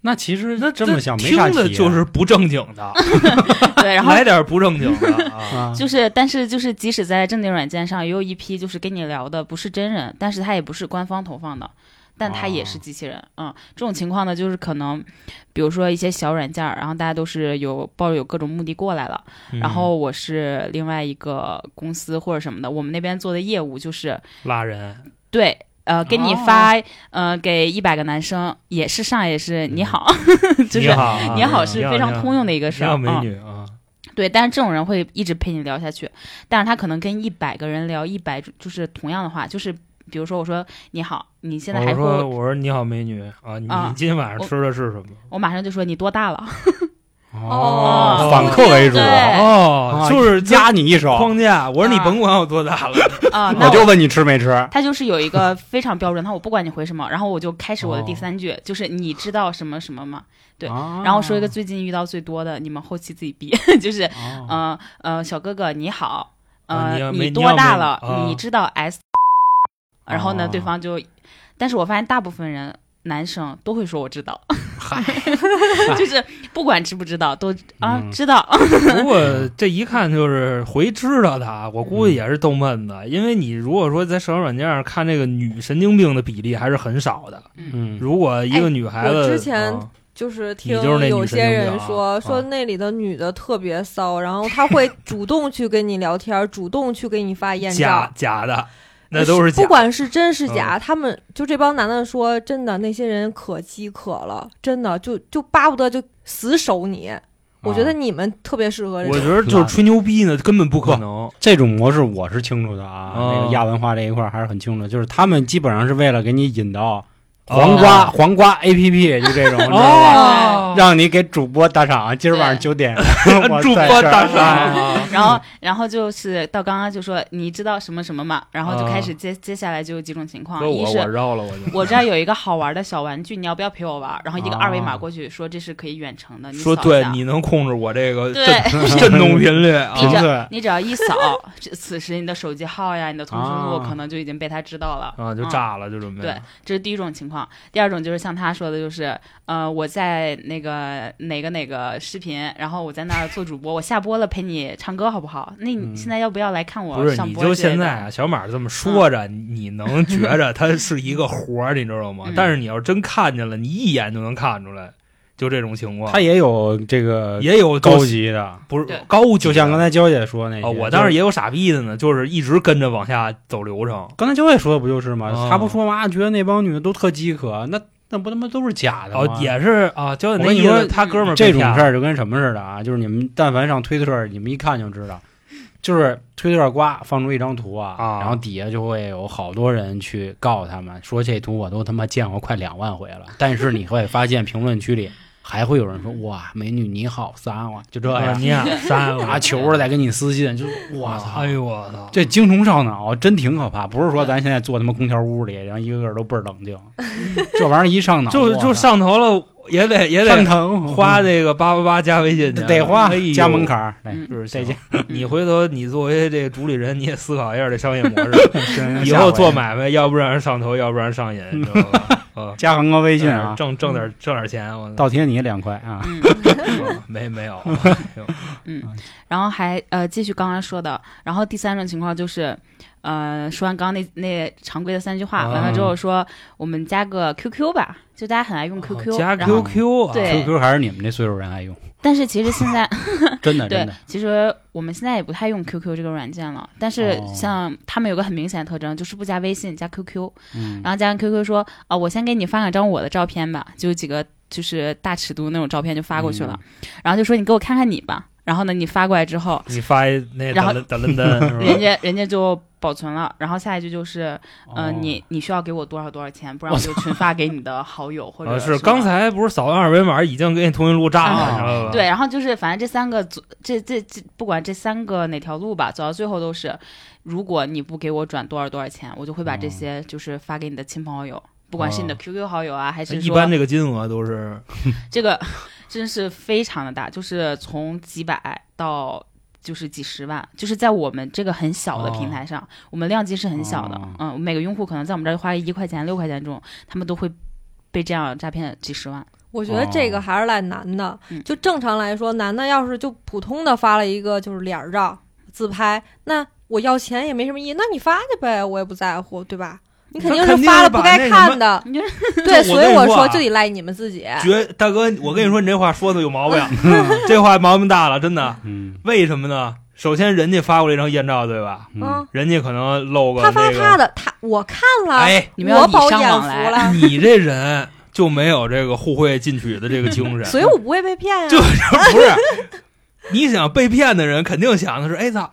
A: 那其实这么想没
B: 听
A: 啥
B: 的
A: 题啊，
B: 就是不正经
A: (laughs)
B: 的， (laughs)
D: 对，然后
B: 来点不正经的啊！
A: 啊，
D: 就是，但是就是，即使在正经软件上，也有一批就是跟你聊的不是真人，但是他也不是官方投放的，但他也
B: 哦
D: 是机器人。嗯，这种情况呢，就是可能，比如说一些小软件儿，然后大家都是有抱着有各种目的过来了，
A: 嗯
D: 然后我是另外一个公司或者什么的，我们那边做的业务就是
B: 拉人，
D: 对。呃，给你发，呃，给一百个男生，也是上也是你好，就是
B: 你好啊，
D: 你好是非常通用的一个
B: 你
D: 事儿，
B: 好美
D: 嗯
B: 女啊！
D: 对，但是这种人会一直陪你聊下去，但是他可能跟一百个人聊一百就是同样的话，就是比如说我说你好，你现在
B: 我
D: 还会，
B: 说
D: 我
B: 我说你好美女啊，你
D: 啊
B: 你今天晚上
D: 我
B: 吃的是什么？
D: 马上就说你多大了，
A: 哦
D: 哦，
A: 反客为主，
D: 对
B: 哦，
A: 啊
B: 就是
A: 加你一手，
B: 框架。我说你
D: 啊
B: 甭管我多大了，
D: 啊、那
A: 我就问你吃没吃，
D: 他就是有一个非常标准，他我不管你回什么，然后我就开始我的第三句，就是你知道什么什么吗？对
A: 啊
D: 然后说一
B: 哦
D: 个最近遇到最多的，你们后期自己逼， (laughs) 就是
A: 哦
D: 呃呃小哥哥你好，
B: 啊
D: 呃、
B: 你要没
D: 你
B: 你
D: 多
B: 要
D: 大
B: 没
D: 了？
B: 啊
D: 你知道 S，、然后呢对
A: 哦
D: 方就，但是我发现大部分人男生都会说我知道， (laughs) 就是不管知不知道都啊、
A: 嗯
D: 知道，
B: 不过这一看就是回知道的 (laughs) 啊，我估计也是逗闷子，因为你如果说在社交软件上看这个女神经病的比例还是很少的。
A: 嗯，
B: 如果一个女孩子，
C: 哎我之前
B: 啊
C: 就是听
B: 你就是那
C: 有
B: 女神
C: 些
B: 经病啊
C: 人说、
B: 啊
C: 说那里的女的特别骚，然后她会主动去跟你聊天，主动去给你发艳
B: 假
C: 照。
B: 假的，那都是假嗯
C: 不管是真是假，他们就这帮男的说真的，那些人可饥渴了，真的就就巴不得就死守你。我觉得你们特别适合这
B: 啊我
C: 种
B: 觉得就是吹牛逼呢，根本不可能。
A: 这种模式我是清楚的啊，
B: 哦
A: 那个亚文化这一块儿还是很清楚的，就是他们基本上是为了给你引到黄瓜、
B: 哦
A: 黄瓜 A P P 就
B: (laughs)
A: 这种，你知道吧？
B: 哦，
A: 让你给主播打赏，今儿晚上
D: 对
A: 九
B: (laughs)
A: 点，我
B: 主
A: 在
B: 播
A: 这儿
B: 大傻，
D: (laughs) 然后然后就是到刚刚就说你知道什么什么嘛，然后就开始接、接下来就有几种情况，
B: 哥
D: 一
B: 哦我我
D: 是。
B: 绕了我就。
D: 我这儿有一个好玩的小玩具，你要不要陪我玩儿？然后一个
A: 啊
D: 二维码过去，说这是可以远程的，你
B: 哦说
D: 扫一
B: 对
D: 下，
B: 你能控制我这个
D: 对
B: 震震动频率
D: (laughs)
B: 啊
D: 你
A: 纯
D: 这
A: 粹
B: (laughs)
D: 你只要一扫，这此时你的手机号呀、你的通讯录
A: 啊
D: 可能就已经被他知道了
B: 啊，就
D: 嗯
B: 炸了，就准备
D: 对，这是第一种情况。第二种就是像他说的，就是呃，我在那个哪个哪个视频，然后我在那儿做主播，我下播了陪你唱歌好不好？那
A: 嗯
D: 你现在要不要来看
B: 不
D: 我
B: 是
D: 上
B: 你
D: 播之类的？
B: 就现在啊，小马这么说着，你能觉着他是一个活儿，你知道吗？
D: 嗯
B: 但是你要真看见了，你一眼就能看出来，就这种情况。
A: 他也有这个
B: 也有就
A: 高级的，
B: 不是
D: 对
B: 高级的，
A: 就像刚才娇姐说那些
B: 啊，我当时
A: 也
B: 也有傻逼的呢，就是一直跟着往下走流程。
A: 刚才娇姐说的不就是吗
B: 啊？
A: 她不说吗？觉得那帮女的都特饥渴，那那不他妈都是假的
B: 哦
A: 吗，？
B: 也是啊，就
A: 我
B: 那
A: 跟你
B: 意思，
A: 说
B: 他哥们儿
A: 这
B: 被
A: 种
B: 骗
A: 事
B: 了
A: 儿就跟什么似的啊，就是你们但凡上推特，你们一看就知道，就是推特瓜放出一张图啊，
B: 啊
A: 然后底下就会有好多人去告他们说这图我都他妈见过快两万回了，但是你会发现评论区里还会有人说哇，美女你好撒哇，就这
B: 啊
A: 样
B: 你俩
A: (laughs)
B: 三个
A: 打球了再给你私信，就是我操
B: 哎，呦我操！
A: 这精虫上脑真挺可怕，不是说咱现在坐他妈空调屋里，然后一个个都倍儿冷
D: (laughs)
A: 静，这玩意儿一上脑
B: 就
A: 我操
B: 就上头了，也得也
A: 上
B: 得
A: 疼，
B: 花这个八八八加微信去，
A: 得花
B: 哎呦
A: 家门槛儿，哎对
D: 嗯 (laughs)
B: 就是
A: 再
B: 再
A: 见
B: 见。你回头你作为这个主理人，你也思考一下这商业模式，
D: (laughs) 嗯
B: 以后做买卖，要不然上头，要不然上瘾，你知道
D: (laughs)
B: 吧？啊，
A: 加恒哥微信啊，
B: 挣挣点挣点钱，我
A: 倒贴你两块啊，
D: 嗯，
B: 嗯没没有，
D: 然后还呃继续刚刚说的，然后第三种情况就是，呃，说完刚刚那那常规的三句话，
A: 啊
D: 完了之后说我们加个 QQ 吧，就大家很爱
A: 哦
D: 用 QQ，、
B: 加
D: 然后
B: QQ 啊，
D: 对
A: QQ 还是你们这岁数人爱用，
D: 但是其实现在
A: 真的啊真
D: 对
A: 的，
D: 其实我们现在也不太用 QQ 这个软件了，但是
A: 哦
D: 像他们有个很明显的特征，就是不加微信，加 QQ，
A: 嗯
D: 然后加上 QQ 说啊、我先给你发两张我的照片吧，就有几个就是大尺度那种照片就发过去
A: 嗯
D: 了，然后就说你给我看看你吧，然后呢你发过来之后，
B: 你发一那
D: 然后
B: 噔噔噔噔，是
D: 人
B: 吧？啊
D: 家人家就保存了，然后下一句就是
A: 哦
D: 呃你你需要给我多少多少钱，不然我就群发给你的好
B: (laughs)
D: 友或者
B: 啊，是刚才不是扫完二维码已经给你通讯录炸了，
A: 啊
B: 你知道吧？
D: 对，，然后嗯就是反正这三个走，这这这，不管这三个哪条路吧，走到最后都是，如果你不给我转多少多少钱，我就会把这
A: 哦
D: 些就是发给你的亲朋好友，不管是你的
B: 哦
D: QQ 好友啊，还是
B: 一
D: 说
B: 般这个金额都是
D: 这个 (laughs) 真是非常的大，就是从几百到。就是几十万，就是在我们这个很小的平台上，我们量级是很小的，
A: 哦
D: 嗯，每个用户可能在我们这儿花一块钱、六块钱这种，他们都会被这样诈骗几十万。
C: 我觉得这
B: 啊
A: 哦
C: 个还是赖男的。
D: 嗯
C: 就正常来说，男的要是就普通的发了一个就是脸儿照自拍，那我要钱也没什么意义，那你发去呗，我也不在乎，对吧？你肯定是发了不该看
D: (laughs)
C: 的
B: (laughs)
D: 肯定，
C: 对，
B: 我
C: 所
B: 跟
C: 以
B: 你说啊
C: 我说就得赖你们自己。
D: 哎
B: 绝大哥，我跟你说，你这话说的有毛
D: (laughs)
B: 病，这话毛病大了，真的。
A: 嗯
B: 为什么呢？首先，人家发过来一张艳照，对吧？
A: 嗯
C: 嗯，
B: 人家可能露个、
C: 他
B: 那个、
C: 发
B: (laughs)
C: 他的，啊他我看了，
B: 哎，
D: 你们要
C: 我
D: 以
C: 饱
D: 上
C: 眼
D: 往
C: 福
D: 来
C: 了，
B: 你这人就没有这个互惠进取的这个精神，
C: 所以我不会被骗呀
B: 就。是 (laughs) 不是？你想被骗的人肯定想的是，哎操，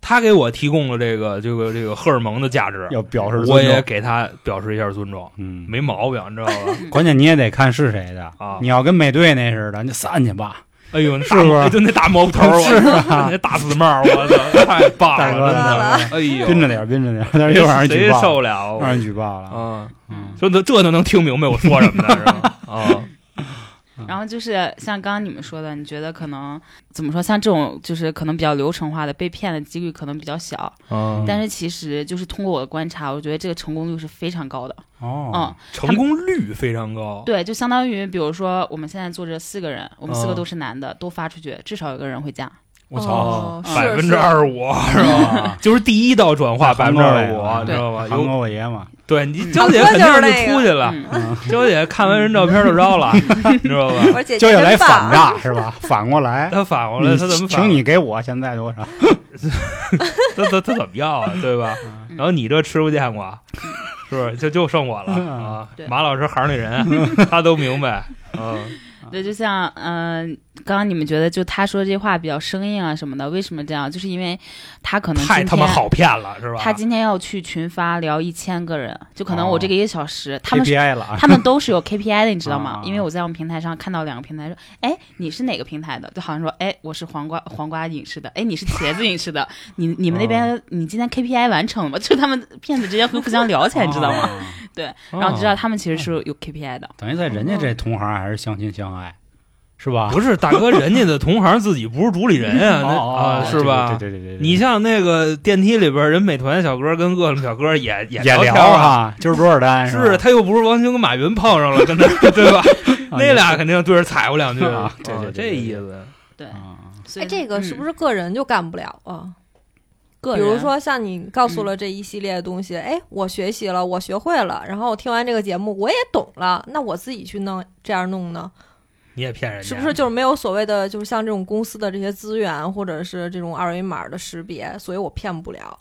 B: 他给我提供了这个这个这个荷尔蒙的价值，
A: 要表示尊重
B: 我也给他表示一下尊重，
A: 嗯，
B: 没毛病，你知道吧？
A: 关键你也得看是谁的
B: 啊
A: (laughs) 你要跟美队那似的，你就散去吧，
B: 哎呦，那
A: 是
B: 大
A: 不是
B: 哎就那大毛头，我
A: 是啊
B: 那大死帽，我操，太棒
A: 大哥，
B: 了，
A: (laughs) 大哥
B: 真的，哎呦，
A: 盯着点儿，盯着点儿，但是又让人举
B: 谁
A: 报
B: 受
A: 了，
B: 得了？
A: 让人举报了，
B: 啊，
A: 嗯，
B: 说这这都能听明白我说什么呢？是
A: (laughs)
B: 吧？啊，
A: 嗯
D: 然后就是像刚刚你们说的，你觉得可能怎么说？像这种就是可能比较流程化的被骗的几率可能比较小，
A: 啊
B: 嗯
D: 但是其实就是通过我的观察，我觉得这个成功率是非常高的。
A: 哦，
B: 成功率非常高
D: 嗯，。对，就相当于比如说我们现在坐着四个人，我们四
B: 嗯
D: 个都是男的，都发出去，至少有个人会加。
A: 我啊
C: 哦是
B: 啊百分
C: 是
B: 之二十五
A: 是吧？
B: 就是第一道转化百分之二十五，
A: 对
B: 你知道
A: (laughs)
B: 吧？
A: 韩
B: 有
A: 国我爷嘛，
B: 对你
D: 嗯
B: 娇姐
C: 啊
B: 肯定
C: 就是那
B: 就出去了，
D: 嗯，
A: 嗯，
B: 娇姐看完人照片
A: (laughs)
B: 就招了，你知道吧？
C: 我姐
A: 就
C: 姐
A: 要来
C: 真
A: 反
C: 棒，
A: 诈是吧？反过来，
B: 她反过
A: (laughs)
B: 来，
A: 你
B: 她怎么反？
A: 请你给我现在多少？
B: 她她她怎么要啊？
A: (laughs)
B: 对吧？
A: 嗯
B: 然后你这吃不见我，是不是就就剩我了
A: 嗯
B: 啊
D: 对？
B: 马老师行
A: (laughs)
B: 里人，他都明白。嗯，
D: 对，就像嗯、刚刚你们觉得就他说这话比较生硬啊什么的，为什么这样？就是因为他可能
B: 太
D: 今
B: 他妈
D: 天
B: 好骗了，是吧？
D: 他今天要去群发聊一千个人，就
B: 哦
D: 可能我这个一个小时，他们
A: KPI 了啊，
D: 他们都是有 KPI 的，你知道
A: 啊
D: 吗？因为我在我们平台上看到两个平台说，哎，你是哪个平台的？就好像说，哎，我是黄瓜黄瓜影视的，哎，你是茄子影视的， (laughs) 你你们那
A: 啊
D: 边你今天 KPI 完成了吗？ (laughs) 就他们骗子之间会互相聊起来，你知道吗？
A: 哦？
D: 然后知道他们其实是有 KPI 的，
A: 等于在人家这同行还是相亲相爱，是吧？
B: 啊不是大哥，人家的同行自己不是主理人啊，那
A: 哦
B: 啊
A: 哦
B: 是吧？
A: 对对对对对，
B: 你像那个电梯里边，人美团小哥跟饿了么小哥也也
A: 也
B: 聊
A: 聊
B: 天啊，
A: 哈，今儿多少
C: 哎
A: 单吧
B: 是他又不是王兴跟马云碰上了，
A: (laughs)
B: 跟他对吧？
A: 啊
B: 那俩肯定对着踩过两句
A: 啊对对对
B: 这
A: 对
B: 意思。
D: 对，
A: 啊
D: 所以嗯
C: 哎，这个是不
D: 是
C: 是个人就干不了啊？
D: 个
C: 比
D: 人？
C: 如说像你告诉了这一系列的东西，哎，我学习了，我学会了，然后我听完这个节目我也懂了，那我自己去弄这样弄呢，
B: 你也骗人家，
C: 是不是就是没有所谓的就是像这种公司的这些资源或者是这种二维码的识别，所以我骗不了。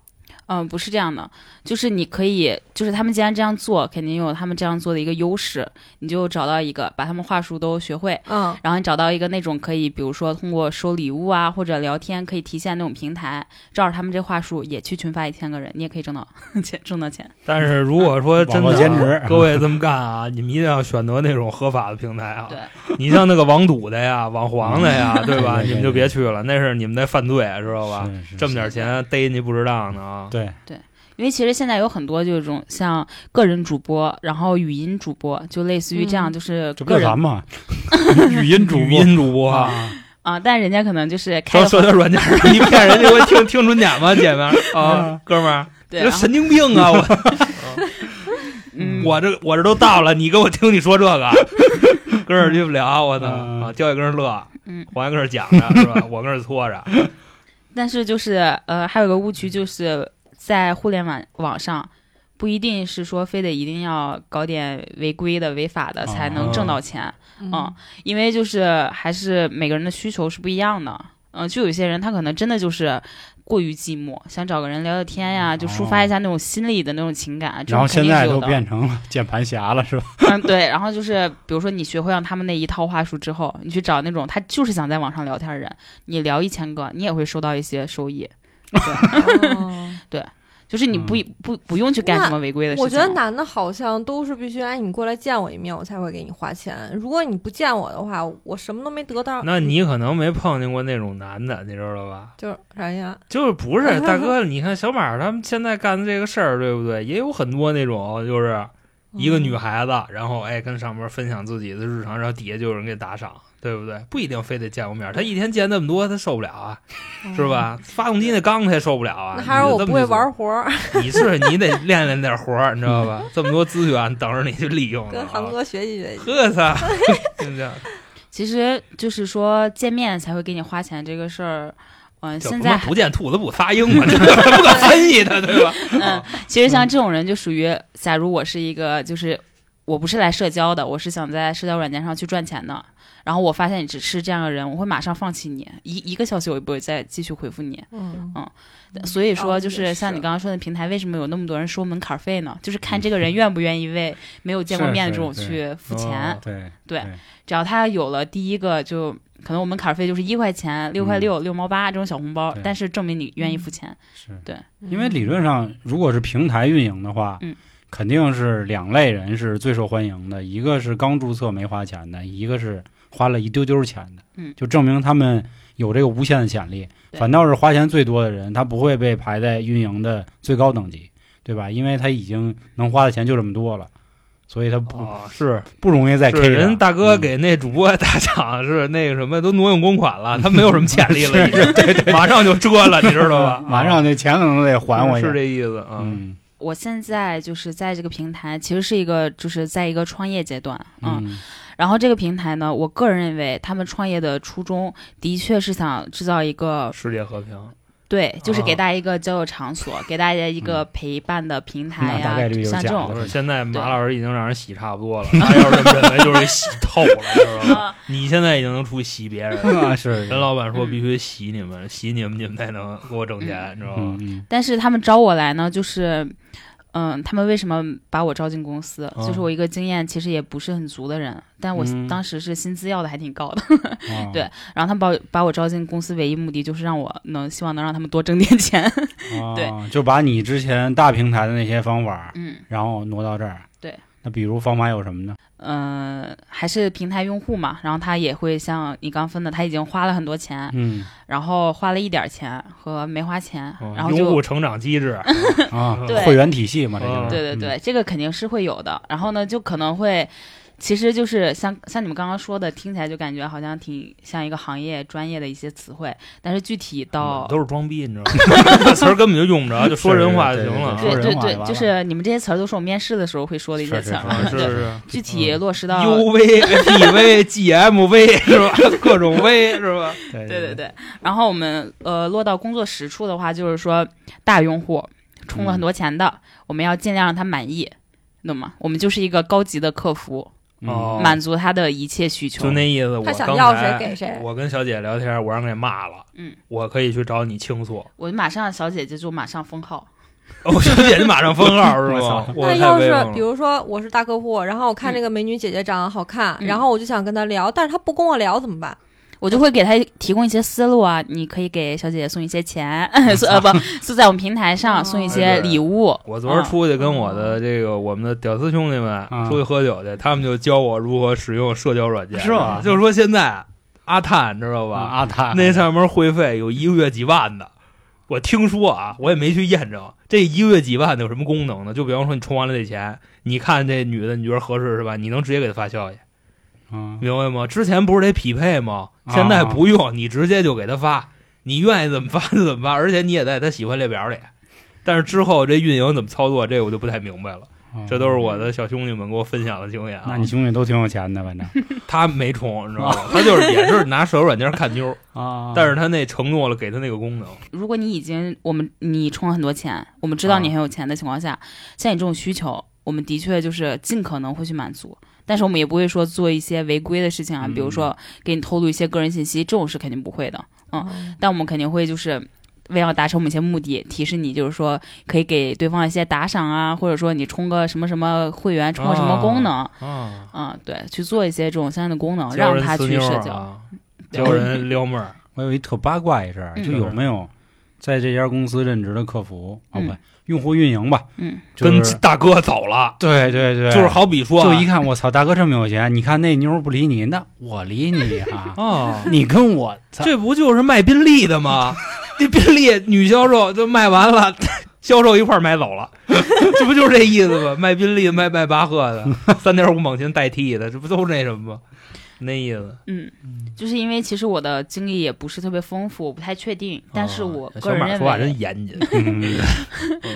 D: 嗯，不是这样的，就是你可以，就是他们既然这样做，肯定有他们这样做的一个优势，你就找到一个把他们话术都学会，
C: 嗯
D: 然后你找到一个那种可以，比如说通过收礼物啊或者聊天可以提现那种平台，照着他们这话术也去群发一千个人，你也可以挣到 (laughs) 钱，挣到钱。
B: 但是如果说真
A: 网络
B: 的，
A: 兼职
B: 各位这么干啊，你们一定要选择那种合法的平台啊。
D: 对，
B: 你像那个网赌的呀、网黄的呀，对吧？
A: 嗯 (laughs) 对对对
B: 你们就别去了，那是你们在犯罪，啊知道吧？
A: 是是
B: 挣点钱逮人家不值当的啊。
A: 对，
D: 因为其实现在有很多就是这种像个人主播，然后语音主播，就类似于这样，
C: 嗯
D: 就是
A: 这不
D: 个
A: 就
D: 人
A: 咱嘛，语音主
B: 语
A: 播
B: 音主播啊，
A: 啊，
D: 啊，但人家可能就是开
B: 说
D: 了
B: 社
D: (laughs)
B: 交软件儿，一骗人家会听听准点吗，姐们 (laughs) 儿啊
A: 啊，
B: 哥们儿，
D: 对，
B: 这
D: 然后
B: 神经病 (laughs) 啊！我
D: 嗯，
B: 我这我这都到了，你给我听你说这个，跟这去不了，我操
A: 嗯
B: 啊！焦也跟这乐，
D: 嗯
B: 我还跟这讲着是吧？我跟这搓
D: (laughs)
B: 着，
D: 但是就是呃，还有个误区就是在互联网网上。不一定是说非得一定要搞点违规的、违法的才能挣到钱，嗯，因为就是还是每个人的需求是不一样的。嗯、就有些人他可能真的就是过于寂寞，想找个人聊聊天呀，就抒发一下那种心里的那种情感。这
A: 哦然后
D: 种肯
A: 现
D: 定
A: 在
D: 是有
A: 都
D: 的
A: 变成了键盘侠了，是吧？
D: 嗯，对。然后就是比如说你学会让他们那一套话术之后，你去找那种他就是想在网上聊天的人，你聊一千个，你也会收到一些收益。
A: (laughs)
C: 嗯
D: 就是你不、
A: 嗯
D: 不不用去干什么违规的事情。
C: 我觉得男的好像都是必须，哎，你过来见我一面，我才会给你花钱。如果你不见我的话，我什么都没得到。
B: 那你可能没碰见过那种男的，你知道吧？
C: 就是啥呀？
B: 就是不
D: (laughs)
B: 是大哥，你看小马儿他们现在干的这个事儿，对不对？也有很多那种，就是一
C: 嗯
B: 个女孩子，然后哎跟上边分享自己的日常，然后底下就有人给打赏，对不对？不一定非得见过面儿，他一天见那么多，他受不了啊，
C: 嗯
B: 是？吧？ (laughs) 发动机那缸他也受不了啊。
C: 那还是我
B: 你就这么嗯
C: 不会
B: 去做
C: 玩，活儿，
B: 你是你得练练点活儿，你知道吧？这么多资源等着你去利用呢
C: 跟
B: 啊。
C: 韩哥学习学习。
B: 呵
C: (laughs)
B: 操，就
D: (laughs)
B: 这样
D: 其实就是说见面才会给你花钱这个事儿，嗯、
B: 就
D: 现
B: 他妈
D: 在
B: 不见兔子不撒鹰嘛，这 (laughs) 不可分析的，对吧？
A: (laughs)
B: 哦
D: 嗯，其实像这种人就属于，假如我是一个，就是我不是来社交的，我是想在社交软件上去赚钱的。然后我发现你只是这样的人，我会马上放弃你，一一个消息我也不会再继续回复你。
C: 嗯
D: 所以说，
C: 哦
D: 就
C: 也
D: 是
C: 是
D: 像你刚刚说的平台，为什么有那么多人收门槛费呢？就是看这个人愿不愿意为没有见过
A: 是嗯
D: 面的
A: 是
D: 这种
A: 对
D: 去付
B: 哦
D: 钱。
A: 对
D: 对，只要他有了第一个，就可能我们卡费就是一块钱、六块六、六毛八这种小红包
A: 嗯对，
D: 但是证明你愿意付钱。
A: 是
C: 嗯
A: 因为理论上，如果是平台运营的话，
D: 嗯
A: 肯定是两类人是最受欢迎的，一个是刚注册没花钱的，一个是花了一丢丢钱的，
D: 嗯
A: 就证明他们有这个无限的潜力。
D: 对
A: 反倒是花钱最多的人，他不会被排在运营的最高等级，对吧？因为他已经能花的钱就这么多了，所以他不、
B: 啊，是
A: 不容易再 K
B: 是
A: 上
B: 人大哥
A: 嗯
B: 给那主播打赏是那个什么都挪用公款了，他没有什么潜力了，已经马上就折了，你知道吧？
A: 马上那钱可能得还我一下
B: 是这意思啊。
A: 嗯
D: 我现在就是在这个平台，其实是一个就是在一个创业阶段，嗯，
A: 嗯
D: 然后这个平台呢，我个人认为他们创业的初衷的确是想制造一个
B: 世界和平，
D: 对，就是
B: 哦
D: 给大家一个交友场所，给大家一个陪伴的平台
A: 那嗯大
D: 呀、
A: 概率就是
D: 像这
A: 假
D: 种
A: 的
B: 不是现在马老师已经让人洗差不多了，他要是这么认为就是洗透了，知
D: (laughs)
B: 道
D: 啊
B: 吧？你现在已经能出去洗别 (laughs) 人了，
A: 啊是
B: 人老板说必须洗你们，洗你们你们才能给我挣钱，你知道吧
A: 嗯？嗯
D: 但是他们招我来呢，就是，嗯，他们为什么把我招进公司？
B: 嗯
D: 就是我一个经验其实也不是很足的人，但我
A: 哦嗯
D: 当时是薪资要的还挺高的， (laughs)
A: 哦
D: (laughs) 对然后他们把我把我招进公司唯一目的就是让我能希望能让他们多挣点钱， (laughs) 对
A: 哦，就把你之前大平台的那些方法，
D: 嗯。
A: 然后挪到这儿。
D: 对，
A: 那比如方法有什么呢？
D: 嗯，还是平台用户嘛，然后他也会像你刚分的，他已经花了很多钱，
A: 嗯
D: 然后花了一点儿钱和没花钱，
A: 哦
B: 嗯
D: 然后
B: 用
D: 就
B: 户成长机制，
A: 啊
D: (laughs) 对，
A: 会员体系嘛，这就是
B: 嗯。
D: 对对对，这个肯定是会有的。然后呢，就可能会，其实就是像像你们刚刚说的，听起来就感觉好像挺像一个行业专业的一些词汇，但是具体到。
B: 都是装逼，你知道吗？
D: (laughs)
B: 这词儿根本就用不着，就说人话就行了啊。
A: 是
D: 对
A: 是
D: 对
A: 人话
D: 对
A: 就完，了
D: 就是你们这些词儿都是我面试的时候会说的一些
A: 是是
D: 词儿
A: 是嗯
D: 嘛
B: 啊，是
D: 对，
B: 是。
D: 具体落实到
B: U V、P V、G M V 是 (laughs) 吧？各种 V 是吧？
A: 对
D: 对对
A: 对，
D: 对。然后我们呃落到工作实处的话，就是说大用户充了很多钱的，我们要尽量让他满意，懂吗？我们就是一个高级的客服，
A: 嗯
B: 哦
D: 满足他的一切需求。
B: 就那意思，我
C: 他想
B: 刚
C: 要
B: 才
C: 谁给谁
B: 我跟小姐聊天，我让人给骂了，
D: 嗯，
B: 我可以去找你倾诉。哦
D: 我马上小姐姐就马上封号，
B: 我小姐姐马上封 (laughs) 号是
A: 我
B: 吗
A: 操？
B: 我
C: 那
B: 太
C: 要
B: 威
C: 是
B: 风了
C: 比如说我是大客户，然后我看这个美女姐姐长得好看，
D: 嗯
C: 然后我就想跟她聊，但是她不跟我聊怎么办？
D: 我就会给他提供一些思路啊，你可以给小姐姐送一些钱， (laughs) 送
B: (laughs)
D: 呃不，送在我们平台上
C: 哦
D: 送一些
B: 哎对
D: 礼物。
B: 我昨
C: 啊
B: 儿出去跟我的这个我们的屌丝兄弟们
A: 嗯
B: 出去喝酒去，他们就教我如何使用社交软件，啊
A: 是吗
B: 就是说现在阿探知道
A: 啊
B: 吧？
A: 阿泰
B: 那上面会费有一个月几万的，我听说啊，我也没去验证这一个月几万的有什么功能呢？就比方说你充完了这钱，你看这女的你觉得合适是吧？你能直接给她发消息，
A: 嗯
B: 明白吗？之前不是得匹配吗？
A: 啊
B: 现在不用，你直接就给她发，你愿意怎么发就怎么发，而且你也在她喜欢列表里。但是之后这运营怎么操作，这个我就不太明白了。这都是我的小兄弟们给我分享的经验啊。
A: 哦那你兄弟都挺有钱的，反正
B: 他没充，你知道吗？他就是也是拿手软件看妞儿，
A: 啊
B: 但是他那承诺了给他那个功能，
D: 如果你已经我们你充了很多钱，我们知道你很有钱的情况
B: 啊
D: 下，像你这种需求，我们的确就是尽可能会去满足，但是我们也不会说做一些违规的事情啊，
A: 嗯
D: 比如说给你透露一些个人信息，这种是肯定不会的。但我们肯定会就是为了达成我们一些目的，提示你就是说可以给对方一些打赏啊，或者说你充个什么什么会员，充个什么功能，
B: 啊，
D: 嗯，对，去做一些这种相应的功能，
B: 教
D: 让
B: 人
D: 他
B: 呲
D: 去
B: 妞
D: 社
B: 儿
D: 交。
B: 啊，教人撩妹儿，
A: 我有一特八卦一事儿，
D: 嗯
A: 就有没有在这家公司任职的客服啊，
D: 嗯
A: 不，用户运营吧，
D: 嗯，
A: 就是
B: 跟大哥走了，
A: 对对对，
B: 就是好比说啊，
A: 就一看，我操，大哥这么有钱，你看那妞儿不理你，那我理你
B: (laughs)
A: 啊，
B: 啊，
A: 你跟我操，
B: 这不就是卖宾利的 (laughs) 吗？那宾利女销售就卖完 (laughs) 了，销售一块儿买走了， (laughs) 这不就是这意思吗？卖宾利、卖迈巴赫 (laughs) 的，三点五猛禽代替的，这不都是那什么吗？那意思，
D: 嗯，就是因为其实我的经历也不是特别丰富，我不太确定，但是我
B: 啊
D: 个
B: 小
D: 人
B: 马
D: 认
B: 说话
D: 为，
B: 真严谨，
A: 嗯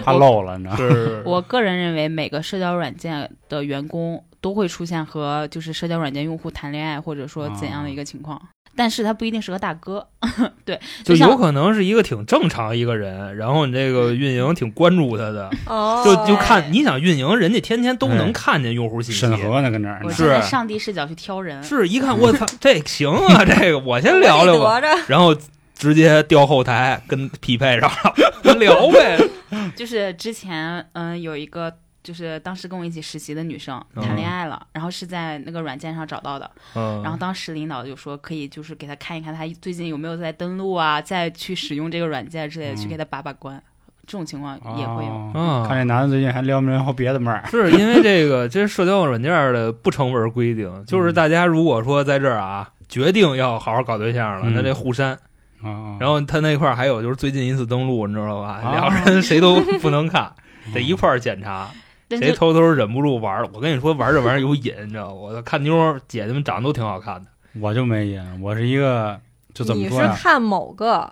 A: 怕漏了，你知道吗？
B: 是 (laughs) 是
D: (laughs) 我个人认为每个社交软件的员工都会出现和就是社交软件用户谈恋爱，或者说怎
B: 哦
D: 样的一个情况，但是他不一定是个大哥， (laughs) 对，
B: 就
D: 像
B: 有可能是一个挺正常一个人，然后你这个运营挺关注他的，
C: 哦，
B: 就就看你想运营，人家天天都
A: 哎
B: 能看见用户信息，
A: 审核呢，跟这儿
D: 我
A: 呢
B: 是啊
D: 站在上帝视角去挑人，
B: 是一看我操，这行 (laughs) 啊，这个我先聊聊吧，
C: 吧。
B: 然后直接调后台跟匹配上了， (laughs) 聊呗，
D: 就是之前，嗯，有一个就是当时跟我一起实习的女生
B: 嗯
D: 谈恋爱了，然后是在那个软件上找到的，
B: 嗯，
D: 然后当时领导就说可以就是给她看一看她最近有没有在登录啊，再去使用这个软件之类的，
A: 嗯
D: 去给她把把关，这种情况也会有。
B: 嗯
A: 啊看这男的最近还撩没撩别的妹儿？啊
B: 是因为这个，这社交软件儿的不成文
A: 嗯
B: 规定，就是大家如果说在这儿啊决定要好好搞对象了，
A: 嗯
B: 那这互删，
A: 啊，
B: 然后他那块儿还有就是最近一次登录，你知道吧？
A: 啊
B: 两个人谁都不
A: (laughs)
B: 能看，得一块儿检查，
D: 但
B: 谁
D: 是
B: 偷偷忍不住玩了。我跟你说，玩这玩意儿有瘾，你知道吗？我看妞儿姐姐们长得都挺好看的，
A: 我就没瘾，我是一个就怎么
C: 你
A: 说
C: 是
A: 呀？
C: 看某个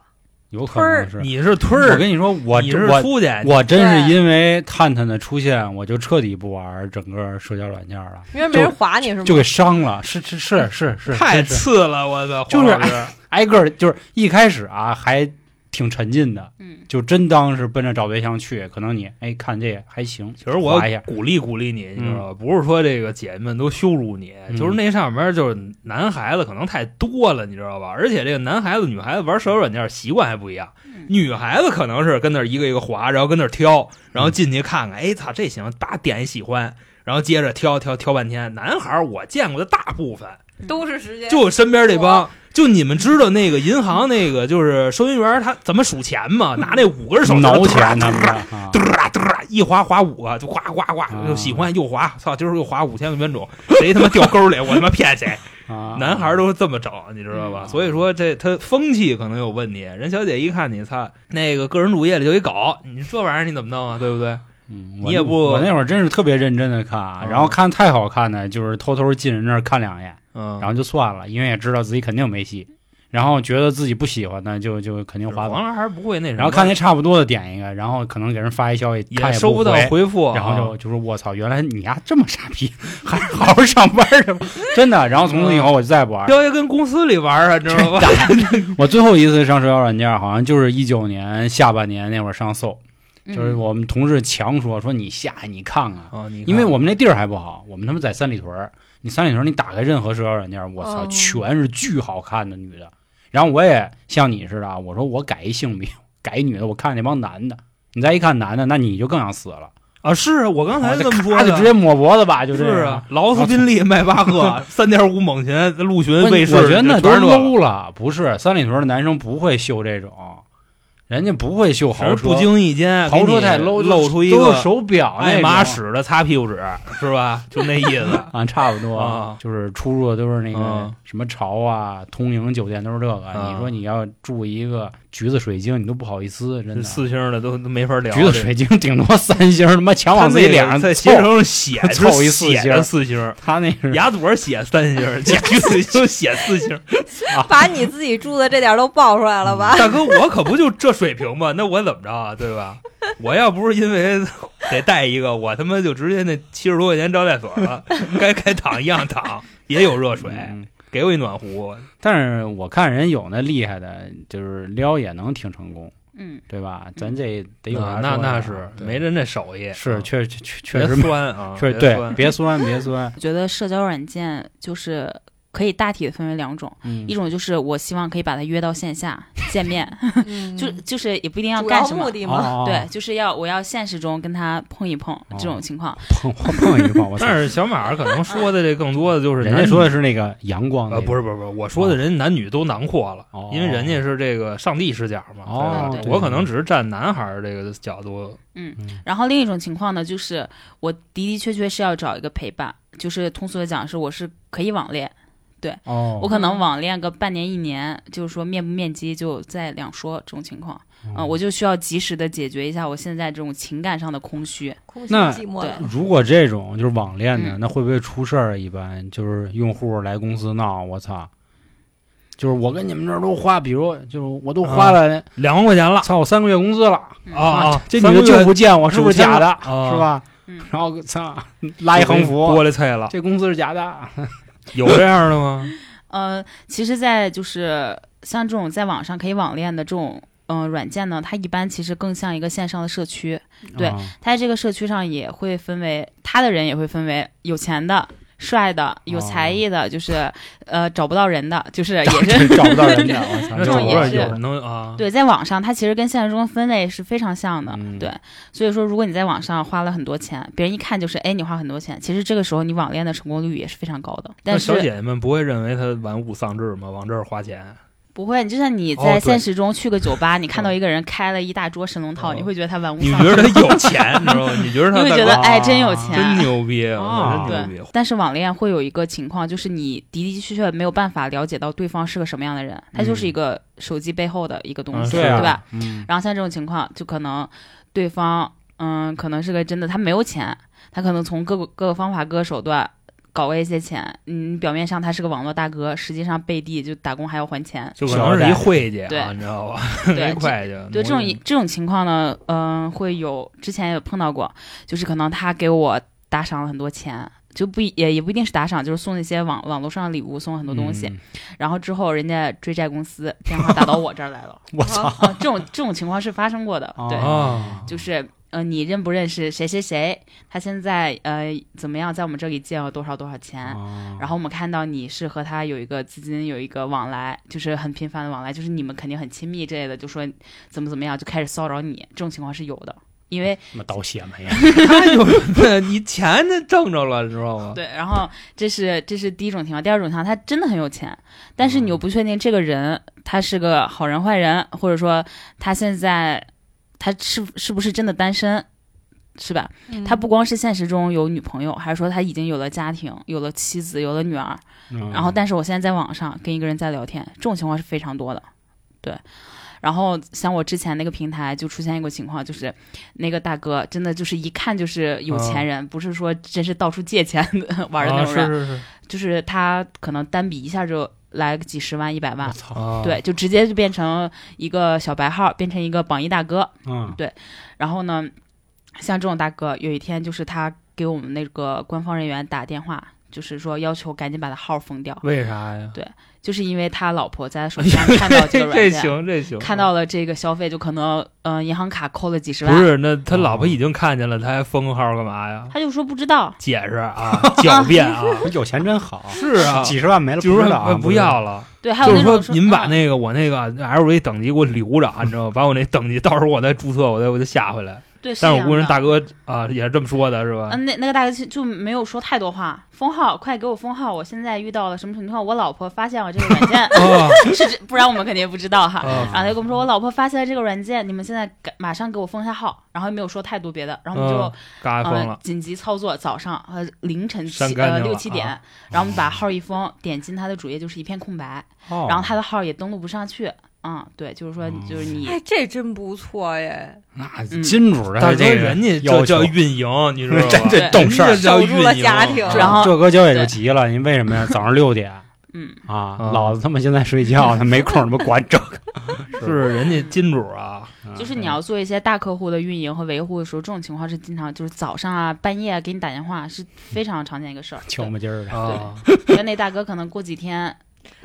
A: 有可能是。
B: 你是推
A: 我
B: 儿，
A: 跟你说，我
B: 你是
A: 我
B: 出去，
A: 我真是
C: 对
A: 因为探探的出现，我就彻底不玩整个社交软件了，
C: 因为没人划你是吗？
A: 就给伤了。是是是是是，
B: 太
A: 真是
B: 次了，我操！
A: 就是
B: 黄老师
A: 挨个儿就是一开始啊，还挺沉浸的，
D: 嗯，
A: 就真当是奔着找对象去。可能你哎看这还行，
B: 其实我
A: 划一下
B: 鼓励鼓励你，你知道吧？不是说这个姐姐们都羞辱你，
A: 嗯
B: 就是那上面就是男孩子可能太多了，你知道吧？而且这个男孩子、女孩子玩社交软件习惯还不一样，女孩子可能是跟那儿一个一个划，然后跟那儿
A: 嗯
B: 挑，然后进去看看，哎操，这行，叭点一喜欢，然后接着挑挑挑半天。男孩儿我见过的大部分，
C: 都是时间
B: 就我身边这帮。就你们知道那个银行那个就是收银员他怎么数钱吗？拿那五根手指头
A: 挠钱他们的啊
B: 嘚啦嘚啦，一划划五啊，就哗哗哗，就喜欢又划，操，今儿又划五千个冤种，谁他妈掉沟里，我他妈骗谁？
A: 啊，嗯
B: (laughs) 男孩都是这么整，你知道吧？所以说这他风气可能有问题。人小姐一看你，操，那个个人主页里就一搞，你这玩意儿你怎么弄啊？对不对？
A: 嗯，
B: 你
A: 我
B: 也
A: 那
B: 不
A: 我那会儿真是特别认真的看啊，
B: 嗯
A: 然后看太好看的，就是偷偷进人那儿看两眼，
B: 嗯，
A: 然后就算了，因为也知道自己肯定没戏，然后觉得自己不喜欢的就就肯定划走
B: 黄。还是不会那什么，
A: 然后看那差不多的点一个，然后可能给人发一消息，他
B: 也收
A: 不
B: 到
A: 回
B: 回复，啊
A: 然后就就说：“我操，原来你丫这么傻逼，还好好上班去吧！”真的。然后从此以后我就再也不玩。
B: 彪爷跟公司里玩啊，知道
A: (laughs)
B: 吧？
A: 我最后一次上社交软件，好像就是一九年下半年那会儿上搜，
D: 嗯
A: 就是我们同事强说说你下你看看，
B: 啊，你
A: 因为我们那地儿还不好，我们他妈在三里屯儿，你三里屯儿你打开任何社交软件，我操，
C: 哦
A: 全是巨好看的女的。然后我也像你似的啊，我说我改一性别，改一女的，我看那帮男的你再一看男的，那你就更想死了，
B: 啊！是啊我刚才
A: 啊
B: 是这么说
A: 咔就
B: 的，
A: 直接抹脖子吧，就这
B: 是
A: 样。
B: 啊，劳斯宾利、迈
A: (laughs)
B: 巴赫、三点五猛禽、陆巡、
A: 不是
B: 卫士，
A: 我觉得那都
B: 全是这个
A: low 了，不是三里屯的男生不会秀这种，人家不会秀豪
B: 只是
A: 车，
B: 不经意间
A: 豪车太 low，
B: 露露出一
A: 都是
B: 个
A: 手表那
B: 爱马
A: 种。
B: 仕的擦屁股纸，是吧？就那意思
A: (laughs) 啊，差不多
B: 啊
A: 就是出入的都是那个
B: 嗯
A: 什么潮啊、通营酒店都是这个。
B: 啊
A: 你说你要住一个橘子水晶，你都不好意思，真
B: 这
A: 的。
B: 四星的都都没法聊。
A: 橘子水晶顶多三星，他妈强往自己脸上
B: 在
A: 凑
B: 携。
A: (laughs)
B: 程上写
A: 凑一四
B: 写
A: 星
B: 着四星，
A: 他那是
B: 雅朵写三
A: (laughs)
B: 星，橘子就写四星。
C: 把你自己住的这点儿都爆出来了吧？
B: 大哥，我可不就这水平吗？那我怎么着啊？对吧？我要不是因为 (laughs) 得带一个，我他妈就直接那七十多块钱招待所了， (laughs) 该该躺一样躺，也有热水，
A: 嗯
B: 给我一暖壶。
A: 但是我看人有那厉害的，就是撩也能挺成功，
D: 嗯，
A: 对吧？咱这得有啥
B: 啊
A: 哎说
B: 那
A: 呀
B: 那是
A: 对
B: 没人那手艺，
A: 是
B: 啊
A: 确确确
B: 别
A: 实没
B: 酸 (laughs) 啊，
A: 确实
B: 别
A: 对，
B: 酸
A: 别酸别
B: (laughs)
A: 酸，
D: 我觉得社交软件就是可以大体的分为两种，
A: 嗯
D: 一种就是我希望可以把他约到线下见
A: (laughs)
D: 面，
C: (laughs) 嗯
D: 就就是也不一定要
C: 主
D: 干
C: 要
D: 什么
C: 目。的嘛，
A: 哦
D: 对，就是要我要现实中跟他碰一碰这种情况，
A: 碰碰一碰，我操
B: 但！是小马儿可能说的这更多的就是
A: 人
B: 男
A: 家
B: 女
A: 说的是那个阳光那
B: 呃，
A: 个，
B: 不是不是不是，我说的人家男女都囊括了，
A: 哦
B: 因为人家是这个上帝视角嘛。
A: 哦
B: 对吧
D: 对
B: 我可能只是站男孩儿这个角度，
D: 然后另一种情况呢，就是我的的确确是要找一个陪伴，就是通俗的讲是我是可以网恋，
A: 哦，
D: 我可能网恋个半年一年，就是说面不面基就再两说这种情况
A: 哦
D: 啊、我就需要及时的解决一下我现在这种情感上的空虚。
C: 空虚
A: 那
C: 寂寞冷。
A: 嗯如果这种就是网恋的，
D: 嗯
A: 那会不会出事儿？啊一般就是用户来公司闹，我操！就是我跟你们这儿都花，比如就是我都花了，
B: 两万块钱了
A: 操、我三个月工资了，
D: 嗯
B: 啊啊！
A: 这
B: 三
A: 女的
B: 个月
A: 就不见我，是不是假的？
B: 啊
A: 是吧？
D: 嗯
A: 然后操，拉一横幅，
B: 玻璃碎了，
A: 这公司是假的。
B: (laughs) 有这样的吗？
D: 呃，其实，在就是像这种在网上可以网恋的这种。嗯，软件呢，它一般其实更像一个线上的社区，对
A: 啊
D: 它在这个社区上也会分为，他的人也会分为有钱的、帅的、有才艺的，就是呃找不到人的，
A: (laughs)
D: 就是也是
A: 哦真找不到
D: (laughs)
A: 人家，我操！找
B: 那
D: 这种
B: 总
A: 不
D: 也
A: 到人
B: 是
D: 是
B: 有人能啊？
D: 对，在网上它其实跟现实中分类是非常像的，
A: 嗯
D: 对。所以说，如果你在网上花了很多钱，别人一看就是，哎，你花很多钱，其实这个时候你网恋的成功率也是非常高的。
B: 那
D: 但
B: 小姐
D: 是
B: 姐们不会认为他玩物丧志吗？往这儿花 (laughs) 钱，
D: 不会，就像你
B: 哦对嗯
D: 在现实中去个酒吧，你看到一个人开了一大桌神龙套，你
B: 哦
D: 会觉得他玩物
B: 你
D: 丧
B: 觉得
D: 志，
B: 他有钱，你知道吗？你觉得
D: 你
B: 他
D: 会
B: 在
D: 觉得哦
B: 玩
D: 哎，真有
A: 啊
D: 钱，
B: 真牛逼，我
A: 啊
B: 操真牛逼！
D: 但是网恋会有一个情况，就是你的的确确没有办法了解到对方是个什么样的人，他就是一个手机背后的一个东
B: 嗯
D: 西，
A: 对啊，
D: 吧？
A: 嗯？
D: 然后像这种情况，就可能对方，嗯，可能是个真的，他没有钱，他可能从各个各个方法、各个手段搞了一些钱。嗯，表面上他是个网络大哥，实际上背地就打工还要还钱。
B: (laughs) 就可能是一会计啊，
D: 对
B: 你知道吧？
D: 对
B: 一会计，
D: 对这种
B: 一
D: 这种情况呢，嗯、会有之前也碰到过，就是可能他给我打赏了很多钱，就不一也也不一定是打赏，就是送那些网网络上的礼物，送了很多东西，
A: 嗯
D: 然后之后人家追债公司电话打到我这儿来了， (laughs)
A: 我操！
D: 啊，这种这种情况是发生过的，哦对，
A: 哦
B: 啊，
D: 就是。呃，你认不认识谁谁谁？他现在呃怎么样，在我们这里借了多少多少钱？
A: 啊
D: 然后我们看到你是和他有一个资金有一个往来，就是很频繁的往来，就是你们肯定很亲密之类的，就说怎么怎么样，就开始骚扰你，这种情况是有的。因为
A: 他妈倒血霉呀！
B: 他有对 (laughs) 你钱那挣着了，你知道吗？
D: 对，然后这是这是第一种情况，第二种情况他真的很有钱，但是你又不确定这个人他是个好人坏人，或者说他现在他是是不是真的单身，是吧？
C: 嗯
D: 他不光是现实中有女朋友，还是说他已经有了家庭，有了妻子，有了女儿，
A: 嗯
D: (laughs) 然后，但是我现在在网上跟一个人在聊天，这种情况是非常多的，对。然后像我之前那个平台就出现一个情况，就是那个大哥真的就是一看就是有
A: 嗯
D: 钱人，不是说真是到处借钱的玩的那
B: 啊
D: 种人，
B: 是是是
D: 就是他可能单笔一下就来个几十万、一百
A: 我
D: 万，
A: 操！
B: 啊，
D: 对，就直接就变成一个小白号，变成一个榜一大哥。
A: 嗯
D: 然后呢，像这种大哥，有一天就是他给我们那个官方人员打电话，就是说要求赶紧把他号封掉，
B: 为啥呀？
D: 就是因为他老婆在他手机上看到这
B: (laughs)
D: 个
B: 这
D: 软件，
B: 行这行，啊
D: 看到了这个消费，就可能嗯、呃银行卡扣了几十
B: 不
D: 万，
B: 是？那他老婆已经看见了，他还封号干嘛呀？
D: 他就说不知道，
B: 解释啊，狡辩啊，
A: (laughs) 有钱真好，
B: 是啊，
A: 几十万没了，
B: 就是
A: 不知
B: 呃
A: 道啊
B: 说不要了，
D: 对，还有
B: 就
D: 那
B: 是
D: 种
B: 说，您把
D: 嗯
B: 那个我那个 LV 等级给我留着啊，你知道吗？把我那等级，到时候我再注册，我再我再下回来。
D: 对，
B: 但是我估
D: 这
B: 计
D: 样的
B: 大哥啊也是这么说的，是吧？，
D: 嗯，那那个大哥就就没有说太多话，封号，快给我封号！我现在遇到了什么情况？我老婆发现了这个软件 (laughs)
B: 啊
D: 是这，不然我们肯定不知道哈。
B: 啊
D: 然后他就跟我们说，我老婆发现了这个软件，你们现在赶马上给我封一下号，然后也没有说太多别的，然后我们就
B: 啊、嘎疯了
D: 呃、紧急操作，早上呃凌晨
B: 删
D: 七
B: 干
D: 呃
B: 净了
D: 六七点，
B: 啊
D: 然后我们把号一封，点进他的主页就是一片空白，
B: 哦
D: 然后他的号也登录不上去。嗯，对，就是说就是你
C: 哎，这真不错耶！
A: 那
D: 嗯
A: 金主的
B: 大哥，
A: 这个
B: 人家
A: 要
B: 这
A: 求
B: 叫运营，你知道
A: 这
B: 吧？
A: 这懂事
B: 人
A: 儿
B: 家，叫
C: 守住了
B: 运营啊
C: 家庭
D: 然后
A: 啊这哥焦也就
D: 对
A: 急了，您为什么呀？早上六点
D: 嗯
A: 啊，
B: 嗯
A: 老子他妈现在睡
B: (laughs)
A: 觉，他没空他妈管这个。
B: 是人家金主啊，
D: 就是你要做一些大客户的运营和维护的时候，这种情况是经常就是早上啊、半夜啊给你打电话是非常常见一
B: (laughs)
D: 个事儿。
A: 敲门筋儿的，
B: 啊，
D: 对，那大哥可能过几天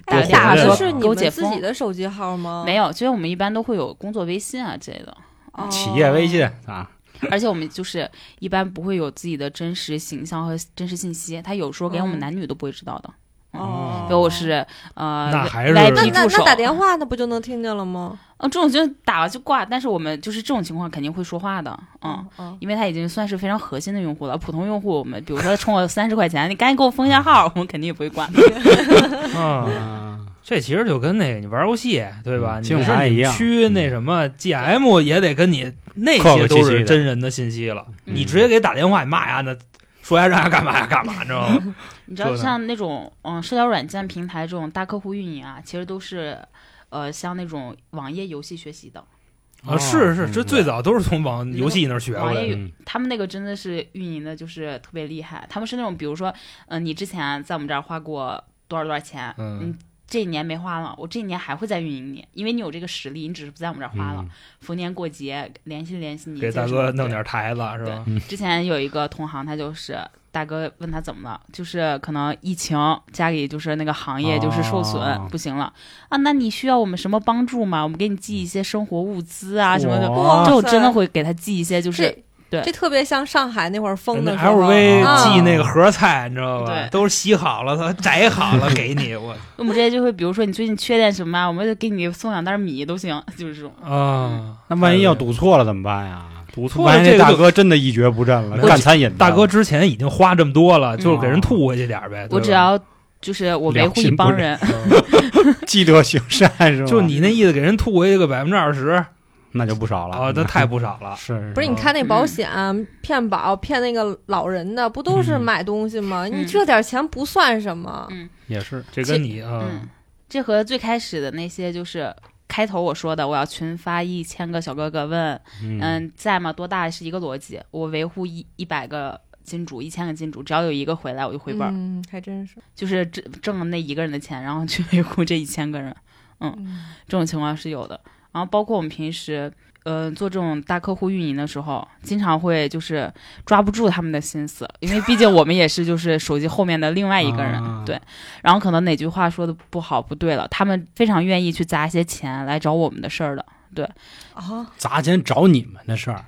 D: 打
C: 哎
D: 个
B: 对
D: 电
C: 打
D: 话
B: 对
C: 的
D: 说
C: 是你
D: 给我
C: 们
D: 解
C: 自己
D: 封。
C: 的手机号吗？
D: 没有，其实我们一般都会有工作微信啊之类的，
C: 哦，
A: 企业微信啊，
D: 而且我们就是一般不会有自己的真实形象和真实信息，他有时候连我
C: 嗯
D: 们男女都不会知道的。
C: 哦。
D: 嗯比如我是呃
B: 那还是
C: 那
D: VIP
C: 那
D: 助手
C: 那，打电话那不就能听见了吗？
D: 嗯，这种就打了就挂，但是我们就是这种情况肯定会说话的，嗯。
C: 嗯，
D: 因为他已经算是非常核心的用户了。普通用户，我们比如说充我三十块钱，你赶紧给我封一下号，我们肯定也不会管。
B: 啊，
A: 啊
B: 这其实就跟那个你玩游戏对吧？
A: 嗯
B: 你
A: 信用
B: 是
A: 卡也一样嗯
B: 区那什么 GM 也得跟你那些都是真人的信息了，
A: 嗯
B: 你直接给打电话，你骂呀那说呀让呀干嘛呀干嘛，你知道吗？
D: 你知道，
B: 说呢
D: 像那种嗯社交软件平台这种大客户运营啊，其实都是呃向那种网页游戏学习的。
A: 哦
B: 啊，是是，这最
A: 早
B: 早都是从网游戏那儿学过
D: 网
B: 来
D: 页
B: 的。
A: 嗯
D: 他们那个真的是运营的，就是特别厉害。他们是那种，比如说，嗯、你之前在我们这儿花过多少多少钱，
B: 嗯，
D: 这一年没花了，我这一年还会再运营你，因为你有这个实力，你只是不在我们这儿花
A: 嗯
D: 了。逢年过节联系联系
B: 嗯
D: 你，
B: 给大
D: 介
B: 哥
D: 绍
B: 弄点台子是吧？
D: 之前有一个同行，他就是大哥问他怎么了，就是可能疫情，家里就是那个行业就是受损，
A: 哦
D: 不行了啊，那你需要我们什么帮助吗？我们给你寄一些生活物资啊什么的。
A: 哇
D: 这
C: 哇
D: 种
C: 塞
D: 真的会给他寄一些，就是
C: 这
D: 对嗯
C: 这特别像上海那会儿封
B: 那
C: 的时候
B: LV
C: 啊
B: 寄那个盒菜，你知道吧？
D: 对
B: 都是洗好了，他摘好了给你，我
D: (laughs) 我们这些就会，比如说你最近缺点什么啊，我们就给你送两袋米都行， (laughs) 就是这种。
B: 啊。
A: 那万一要赌错了怎么办呀？
B: 赌错了，
A: 万一
B: 这
A: 这
B: 个
A: 大
B: 就
A: 哥真的一蹶不振了，
B: 我
A: 干餐饮的
B: 大哥之前已经花这么多了，就是给人
A: 嗯
B: 吐回去点儿呗。对吧嗯
D: 我只要就是我维
A: 良
D: 护一
A: 心
D: 帮
A: 不
D: 人，
A: 积德行善是吧？
B: 就你那意思，给人吐回去个百分之二十
A: (laughs) 那就不少了
B: 啊，那太不少了。
A: (laughs) 是是
C: 不是，你
D: 嗯
C: 看那保险、啊骗保、骗那个老人的，不都是
A: 嗯
C: 买东西吗？
D: 嗯
C: 你这点钱不算什么。
D: 嗯
A: 也是
B: 这跟你啊，
D: 嗯，这和最开始的那些就是开头我说的，我要群发一千个小哥哥问
A: 嗯
D: 嗯，在吗？多大是一个逻辑。我维护一一百个金主，一千个金主，只要有一个回来，我就回本儿，
C: 嗯，还真是。
D: 就是挣挣了那一个人的钱，然后去维护这一千个人。
C: 嗯
D: 这种情况是有的。然后包括我们平时，呃，做这种大客户运营的时候，经常会就是抓不住他们的心思，因为毕竟我们也是就是手机后面的另外一个人，
A: 啊
D: 对。然后可能哪句话说的不好不对了，他们非常愿意去砸一些钱来找我们的事儿的。
C: 啊，
A: 砸钱找你们的事儿，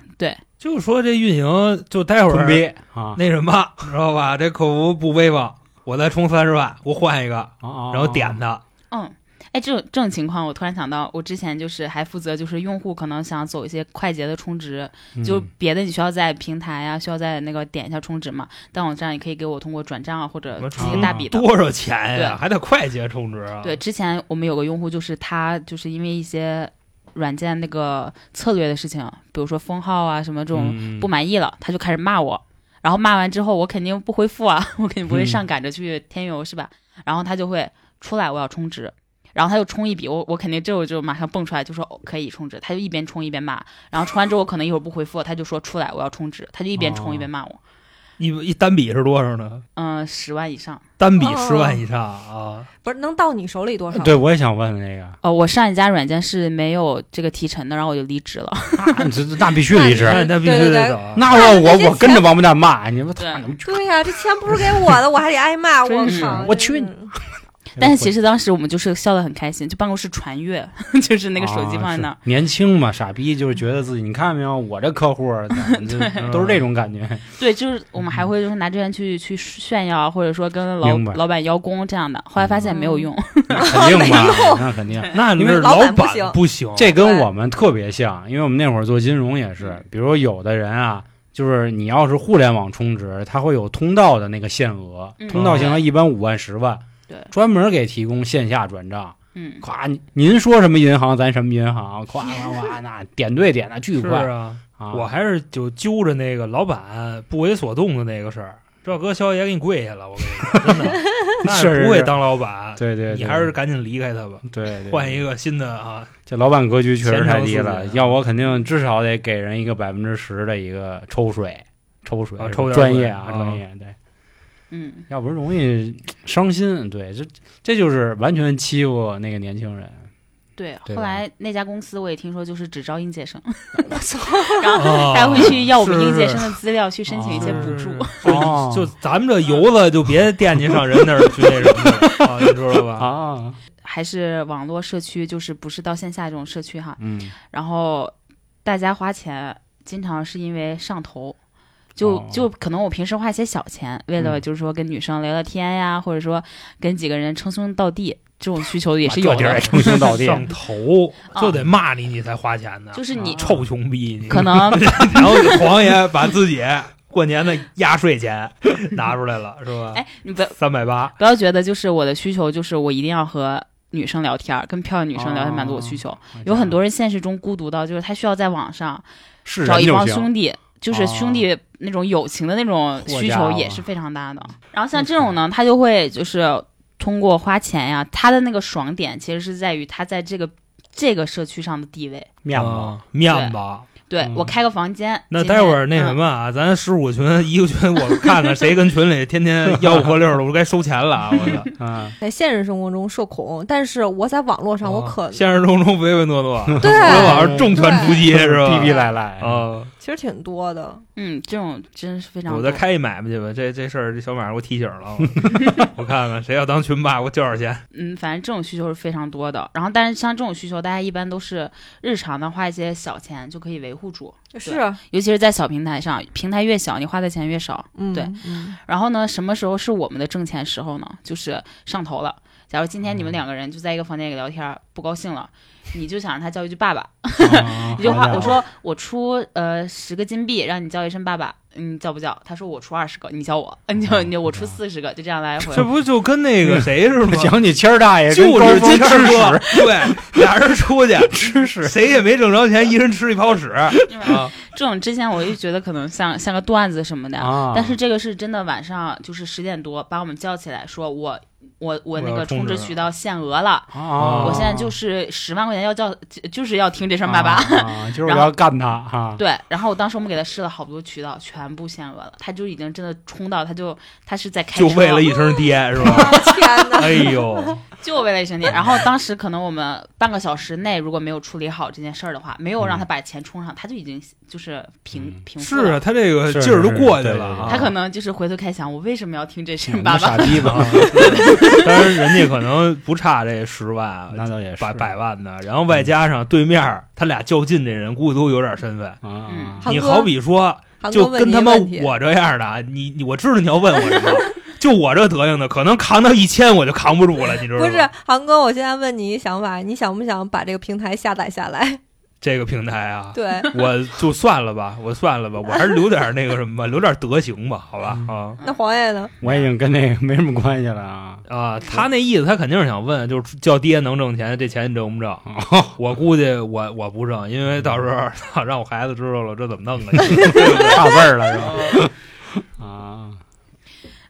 B: 就说这运营，就待会
A: 坤
B: 儿
A: 鳖啊
B: 那什么，知道吧？这客服不威风，我再充三十万，我换一个，
A: 啊，
B: 然后点他。
D: 嗯，哎，这种这种情况，我突然想到，我之前就是还负责，就是用户可能想走一些快捷的充值，
A: 嗯啊
D: 就别的你需要在平台啊，需要在那个点一下充值嘛，但我这样也可以给我通过转账啊或者
B: 我
D: 自己大笔的。
B: 多少钱呀？
D: 对
B: 还得快捷充值啊！
D: 对，之前我们有个用户，就是他就是因为一些软件那个策略的事情，比如说封号啊什么这
B: 嗯
D: 种
A: 种
D: 不满意了，他就开始骂我。然后骂完之后，我肯定不回复啊， (laughs) 我肯定不会上赶着去天游是吧？然后他就会出来，我要充值，然后他就充一笔，我我肯定这我就马上蹦出来就说、哦、可以充值，他就一边充一边骂，然后充完之后我可能一会儿不回复，他就说出来我要充值，他就一边充一边骂我，
B: 一一单笔是多少呢？
D: 嗯，十万以上，
B: 单笔
C: 哦
B: 十万以上啊！
C: 不是能到你手里多少？
A: 对，我也想问
D: (laughs)
A: 那个，
D: 哦，我上一家软件是没有这个提成的，然后我就离职了，
A: 那这这那必须离职。
B: 那那必须
C: 对对
B: 得
C: 对
B: 走。啊
A: 那要我我跟着王八蛋骂你，我操！
D: 对
A: 你们去
C: 对呀、这钱不是给我的，我还得挨骂，
D: 真
C: 我
D: 是
C: 靠！
A: 我去你
C: 真是
D: 但是其实当时我们就是笑得很开心，就办公室传阅， (laughs) 就是那个手机放在那儿
A: 啊。是年轻嘛，傻逼就是觉得自己，你看没有，我这客户
D: (laughs)
A: 儿咱这都是这种感觉。
D: 对，就是我们还会就是拿这钱去去炫耀，或者说跟老
A: 嗯明白
D: 老板邀功这样的。后来发现没有用， (laughs)
A: 那肯定
D: 哦
A: 嘛
C: 没有，
A: 那肯定。
B: 那
A: 因为
B: 是
C: 老板不
B: 板
C: 行
B: 不行，
A: 这跟我们特别像，因为我们那会儿做金融也
D: 嗯
A: 是，比如有的人啊，就是你要是互联网充值，它会有通道的那个限额，
D: 嗯
A: 通道限额一般五万、十万，
D: 对
A: 专门给提供线下转账。
D: 嗯，
A: 夸你您说什么银行，咱什么银行，夸夸夸，那点对点的巨
B: 是
A: 快
B: 啊，
A: 啊！ (laughs)
B: 我还是就揪着那个老板不为所动的那个事儿。这哥肖爷给你跪下了，我跟
A: (laughs)
B: 你说，真的，那
A: 是是
B: 不会
A: 是
B: 当老板，
A: 对对，对
B: 你还是赶紧离开他吧，
A: 对对
B: 换一个新的
A: (laughs)
B: 啊。
A: 这老板格局确实太低
B: 前程似啊
A: 了，
B: 锦
A: 要我肯定至少得给人一个百分之十的一个抽水，抽水
B: 啊抽点
A: 专
B: 水
A: 业啊，
B: 啊
A: 专业对，
D: 嗯，
A: 要不然容易伤心。对，这这就是完全欺负那个年轻人。
D: 对。
A: 对吧
D: 后来那家公司我也听说，就是只招应届生，
A: (laughs) 哦
D: (laughs)
B: 啊
D: 他会去要我们应届生
B: 是
D: 的资料，去申请一些
A: 啊
D: 补
B: 是
D: 助。
A: 哦
B: (laughs) (laughs) 就咱们这油子就别惦记上人那儿去那什
A: (laughs)
B: 么了啊，你知道吧？
A: 啊，
D: 还是网络社区，就是不是到线下这种社区哈。
A: 嗯，
D: 然后大家花钱经常是因为上头，就、
A: 哦
D: 就可能我平时花一些小钱，为了
A: 嗯
D: 就是说跟女生聊聊天呀，或者说跟几个人称兄道弟，这种需求也是
A: 啊
D: 有
A: 这地儿
D: 的
A: 也。称兄道弟， (laughs)
B: 上头
D: 啊
B: 就得骂你，你才花钱呢。啊
D: 就是你
B: 臭穷逼，你
A: (laughs)
D: 可能
B: (laughs) 然后黄爷把自己过年的压岁钱拿出来了，是吧？
D: 哎，你不
B: 三百八，
D: 不要觉得就是我的需求就是我一定要和女生聊天儿，跟漂亮女生聊天
A: 哦
D: 满足我需求。有很多人现实中孤独到就是他需要在网上
A: 是
D: 找
A: 人
D: 一
A: 就
D: 帮
A: 行。
D: 兄弟，
B: 哦
D: 就是兄弟那种友情的那种需
A: 家伙
D: 求也是非常大的。然后像这种呢，他就会就是通过花钱呀，他的那个爽点其实是在于他在这个这个社区上的地位。
A: 面子
B: 啊面子。
D: 对、
B: 嗯
D: 我开个房间，
B: 那
D: 今天
B: 待会儿那什
D: 嗯
B: 么啊，咱十五群一个群，我看看谁跟群里天天吆五喝六的，我该收钱了啊！我操！
A: 啊，
C: 在现实生活中社恐，但是我在网络上我可、
B: 啊现实生活中唯唯诺啊诺，
C: 对
B: 互联网上重拳出击是吧？
A: 逼逼赖赖，
B: 啊！
C: 其实挺多的。
D: 嗯，这种真是非常
B: 我
D: 多
B: 再开一买卖去吧，这这事儿这小马给我提醒了，我看看谁要当群霸，我交点钱。
D: 嗯，反正这种需求是非常多的。然后，但是像这种需求，大家一般都是日常的花一些小钱就可以维护住，
C: 是啊，
D: 尤其是在小平台上，平台越小，你花的钱越少。
C: (laughs) 嗯，
D: 对
C: 嗯
D: 然后呢，什么时候是我们的挣钱时候呢？就是上头了。假如今天你们两个人就在一个房间里聊天，不高兴了，你就想让他叫一句爸爸，
A: 啊
D: 你就
A: 好
D: 花
A: 家伙
D: 我说我出呃十个金币让你叫一声爸爸，你叫不叫？他说我出二十个，你叫我， (laughs) 你就你就我出四十个，就这样来回 (laughs)
B: 这。不就跟那个谁 (laughs) 似
A: (laughs)
B: 的吗？
A: 想起谦儿大爷跟
B: 就
A: 高
B: 是
A: 峰
B: 金
A: 吃
B: 吃
A: (laughs)
D: 啊
A: 屎，
B: 哥， (laughs) 对，俩人出去，
A: (laughs) 吃屎，
B: 谁也没挣着钱，一人吃一泡屎啊！
D: 这种之前我就觉得可能像像个段子什么的，
A: 啊
D: 但是这个是真的，晚上就是十点多把我们叫起来，说我我我那
B: 我要
D: 个
B: 充
D: 充值
B: 值了
D: 渠道限额了，
A: 啊，
D: 我现在就是十万块钱要叫，就就是要听这声爸爸。 (laughs)
A: 啊，就是我
D: 然后
A: 要干他哈。
D: 对，然后我当时我们给他试了好多渠道，全部限额了，他就已经真的冲到，他就他是在开
B: 就
D: 车，
A: 啊
B: 为了一声爹
A: (laughs)
B: 是吧？
C: 啊天哪，
B: 哎呦，
D: 就为了一瞬间。然后当时可能我们半个小时内如果没有处理好这件事儿的话，没有让他把钱充上，他就已经就是平、
A: 嗯
D: 平
B: 嗯
D: 复
B: 是啊，
D: 了。
B: 他这个
A: 是
B: 劲儿都过去
A: 是是
B: 了啊。
D: 他可能就是回头开想，我为什么要听这
A: 什
D: 声
A: 么
D: 爸
A: 傻？
D: 爸
A: 逼吧
D: (laughs)
B: 啊，，当然人家可能不差这十万。啊
A: 那倒也是
B: 百百万的，然后外加上对面儿他俩较劲，这人估计都有点身份。
A: 啊，
C: 嗯
B: 你好比说，
C: 韩哥
B: 就
C: 问
B: 跟
C: 你
B: 他
C: 一个
B: 妈
C: 问题，
B: 我这样的啊，你你我知道你要问我什么， (laughs) 就我这德行的，可能扛到一千我就扛不住了，你知道
C: 不
B: 吗？
C: 是韩哥，我现在问你一想法，你想不想把这个平台下载下来？ (laughs)
B: 这个平台啊，
C: 对，
B: 我就算了吧，我算了吧，我还是留点那个什么吧，留点德行吧，好吧啊。
C: 那黄爷呢？
A: 我已经跟那个没什么关系了啊。
B: 啊，他那意思，他肯定是想问，就是叫爹能挣钱，这钱你挣不挣？我估计我我不挣，因为到时候操 (laughs) 让我孩子知道了，这怎么弄啊？
A: 差辈儿了是
B: 嗯
A: 吧？啊，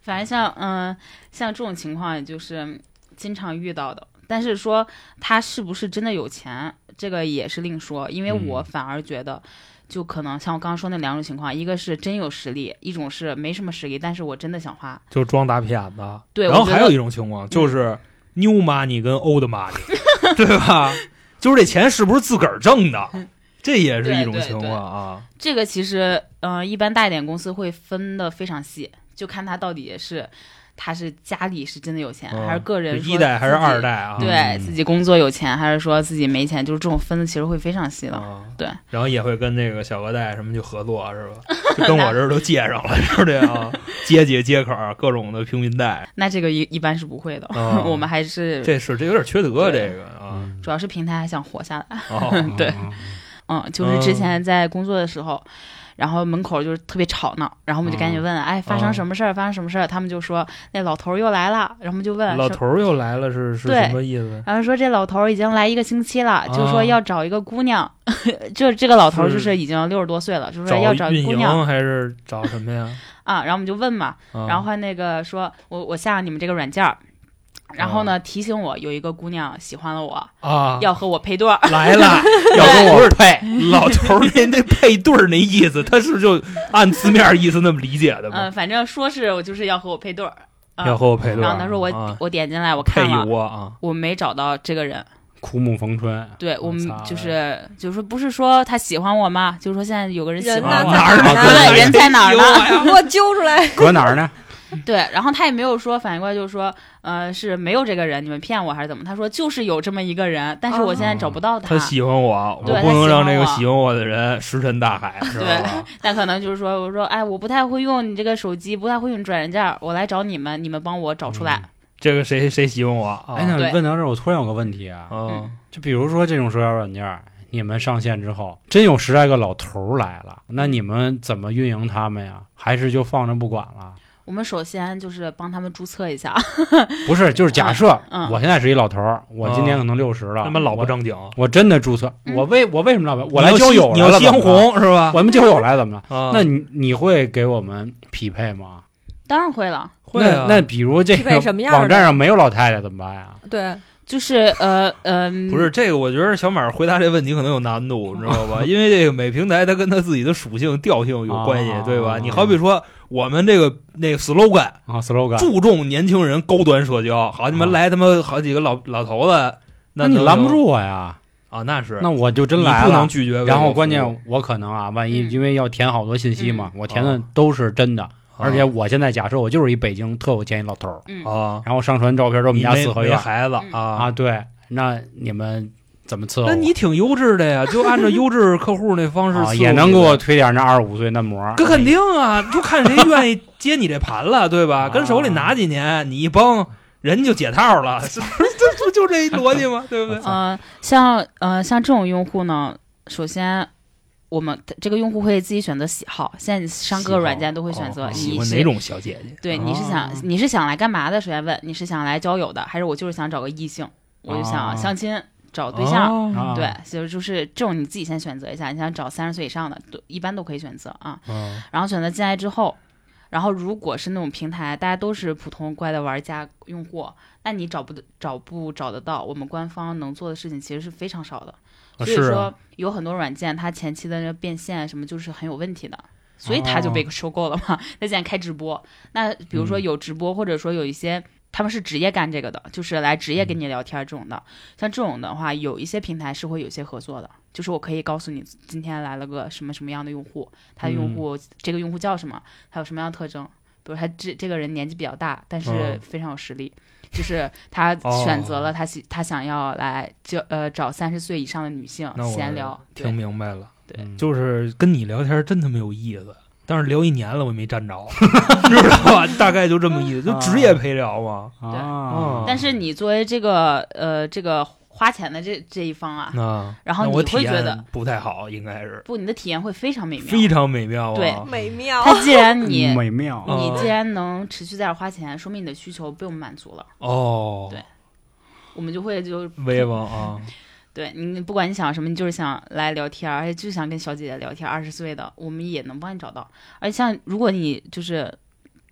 D: 反正像嗯、像这种情况，也就是经常遇到的。但是说他是不是真的有钱，这个也是另说。因为
A: 嗯
D: 我反而觉得，就可能像我刚刚说那两种情况，一个是真有实力，一种是没什么实力，但是我真的想花。
B: (laughs) 就装大骗子。啊
D: 对
B: 然后
D: 我觉得嗯
B: 还有一种情况就是 new money 跟 old money，对 (laughs) 吧？就是这钱是不是自个儿挣的？这也是一种
D: 嗯对对
B: 情况啊。
D: 这呃个其实，嗯、一般大一点公司会分的非常细，就看他到底是他是家里是真的有钱，
B: 嗯
D: 还是个人
B: 一代还是二
D: 代？
B: 代啊？
D: 对、
A: 嗯
D: 自己工作有钱，还是说自己没钱，就是这种分的其实会非常细的。
B: 啊，
D: 对，
B: 然后也会跟那个小额贷什么去合作，是
D: (laughs)
B: 吧？就跟我这儿都借上了，是这样，接几个接口儿，各种的平民
D: (laughs)
B: 贷，
D: 那这个一一般是不会的，
B: 哦
D: 我们还是
B: 这是这有点缺德，
D: 对
B: 这个
D: (laughs)
B: 啊，
D: 主要是平台还想活下来。
B: 哦，
D: 嗯对
A: 嗯
D: 嗯，就是之前在工作的时候，然后门口就是特别吵闹，然后我们就赶紧
B: 嗯
D: 问，哎，发生什么事儿？发生什么事儿？他们就说那老头儿又来了，然后我们就问
B: 老
D: 什
B: 头儿又来了，是是
D: 对
B: 什么意思？
D: 然后说这老头儿已经来一个星期了，就
B: 啊
D: 说要找一个姑娘， (laughs) 就是这个老头儿就是是已经六十多岁了，就说要找一
B: 运
D: 个姑娘
B: 营还是找什么呀？
D: (laughs) 啊。然后我们就问嘛，
B: 啊
D: 然后还那个说我我下了你们这个软件儿，然后
B: 嗯
D: 呢提醒我有一个姑娘喜欢了我，
B: 啊，
D: 要和我配对儿。
B: 来
D: (laughs)
B: 了，要跟我
D: 不
B: 不是配老头儿那那配对儿那意思，他是就按字面意思那么理解的
D: 嗯，
B: 吗？
D: 反正说是我就是要和我配对儿。啊
B: 要和我配对儿，
D: 然后他说我、
B: 啊
D: 我点进来我
B: 配
D: 看
B: 一
D: 了，
B: 窝啊，
D: 我没找到这个人。
A: 枯木逢春，
D: 对我们
A: 我操
D: 就是就是说不是说他喜欢我吗？就是说现在有个人喜
C: 人
D: 欢
C: 呢在
D: 我吗，
B: 啊哪儿呢？
D: 对人在哪儿呢 (laughs)
B: 哎呦
C: 给我揪出来，
B: (laughs)
A: 搁哪儿呢？
D: 对，然后他也没有说反应过来，就是说，呃，是没有这个人，你们骗我还是怎么？他说就是有这么一个人，但是我现在找不到
B: 哦他喜欢我，我
D: 对
B: 不
D: 他
B: 能
D: 喜
B: 让
D: 欢
B: 这个
D: 我
B: 喜欢我的人石沉大海，知道吧？
D: 但可能就是说，我说，哎，我不太会用你这个手机，不太会用转软件儿，我来找你们，你们帮我找出
B: 嗯
D: 来。
B: (laughs) 这个谁谁喜欢我啊？
A: 哎，那
D: 对
A: 问到这儿，我突然有个问题啊，
D: 嗯
B: 啊
A: 就比如说这种社交软件儿，你们上线之后，真有十来个老头儿来了，那你们怎么运营他们呀？还是就放着不管了？
D: 我们首先就是帮他们注册一下，
A: (laughs) 不是，就是假设
D: 嗯嗯
A: 我现在是一老头儿，我今年可能六十了，
B: 他妈哦老不
A: 我
B: 正经，
A: 我真的注册，
D: 嗯
A: 我为我为什么老板？我
B: 你
A: 来
B: 要
A: 交
B: 吸
A: 友
B: 你
A: 来
B: 要
A: 了，
B: 先
A: 怎么了，
B: 红是吧？
A: 我们交友来了怎么了？
B: 啊
A: 那你你会给我们匹配吗？
D: 当然会了，
B: 会啊
A: 那那比如这
C: 匹
A: 个
C: 配什么样的
A: 网站上没有老太太怎么办呀？
C: 对，
D: 就是呃呃，
B: 不是这个，我觉得小马回答这问题可能有难度，你知道 (laughs) 吧？因为这个每平台它跟它自己的属性调性有关系
A: 啊，
B: 对
A: 啊
B: 吧？你好比说我们这个那个 slogan
A: 啊，slogan，
B: 注重年轻人高端社交，好你们
A: 啊
B: 来他妈好几个老老头子，哦那
A: 你
B: 能
A: 拦不住我呀，
B: 啊？那是
A: 那我就真
B: 你
A: 来
B: 不能
A: 了。
B: 拒绝为我服务。
A: 然后关键我可能啊，万一
D: 嗯
A: 因为要填好多信息
C: 嗯
A: 嘛，我填的
B: 啊
A: 都是真的，而且
B: 啊
A: 我现在假设我就是一北京特有钱一老头儿，
D: 嗯，
B: 啊，
A: 然后上传照片都是我们
B: 你
A: 家
B: 没
A: 四合
B: 没
A: 院
B: 孩子
D: 嗯
B: 啊
A: 啊，。对，那你们怎么伺候我？
B: 那你挺优质的呀，就按照优质客户那方式伺
A: 啊
B: 候
A: 也能给我推点那二十五岁嫩模儿
B: 你。呗。这肯定啊，就看谁愿意接你这盘了，对吧？跟手里拿几年，你一崩，人就解套了， (laughs) 这这不就这逻辑吗？对不对？
D: 呃，像呃像这种用户呢，首先。我们这个用户会自己选择喜好，现在上各个软件都会选择
B: 哦喜
D: 你
B: 欢
D: 是
B: 哪种啊小姐姐？
D: 对，你是
A: 哦
D: 想你是想来干嘛的？首先问你是想来交友的，还是我就是想找个异性，我就
A: 哦
D: 想相亲、找对象。
B: 啊
D: 嗯
B: 哦
A: 啊
D: 对，所以就是这种你自己先选择一下，你想找三十岁以上的，都一般都可以选择啊。
A: 嗯
D: 然后选择进来之后，然后如果是那种平台，大家都是普通乖的玩家用户，那你找不找不找得到？我们官方能做的事情其实是非常少的。
B: 啊
D: 所以
B: 是啊
D: 说有很多软件它前期的那变现什么就是很有问题的，所以它
B: 哦
D: 就被收购了嘛。那现在开直播，那比
B: 嗯
D: 如说有直播，或者说有一些。他们是职业干这个的，就是来职
B: 嗯
D: 业跟你聊天这种的。像这种的话，有一些平台是会有些合作的，就是我可以告诉你今天来了个什么什么样的用户，他的
B: 嗯
D: 用户、这个用户叫什么，他有什么样的特征，比如他这这个人年纪比较大，但是
B: 嗯
D: 非常有实力，就是他
B: 哦
D: 选择了他喜、他想要来就呃找三十岁以上的女性
B: 那我
D: 闲聊，对
B: 听明白了，
D: 对
A: 嗯
B: 就是跟你聊天真他妈有意思。但是聊一年了，我也没沾着， (laughs) 知道吧？大概就这么意思，就
D: 嗯
B: 职业陪聊嘛。
A: 啊，
D: 但是你作为这个呃这个花钱的这这一方啊，
B: 那
D: 然后
B: 那
D: 你
B: 我体
D: 会觉
B: 验
D: 得
B: 不太好，应该是
D: 不，你的体验会非常美妙。
B: 非常美妙啊。
D: 对
C: 美妙。
D: 他既然你、
A: 美妙
B: 嗯
D: 你既然能持续在这儿花钱，说明你的需求被我们满足了，
B: 哦，
D: 对我们就会就
B: 威风啊，
D: 对你不管你想什么，你就是想来聊天儿，而且就想跟小姐姐聊天儿。二十岁的，我们也能帮你找到。而且像如果你就是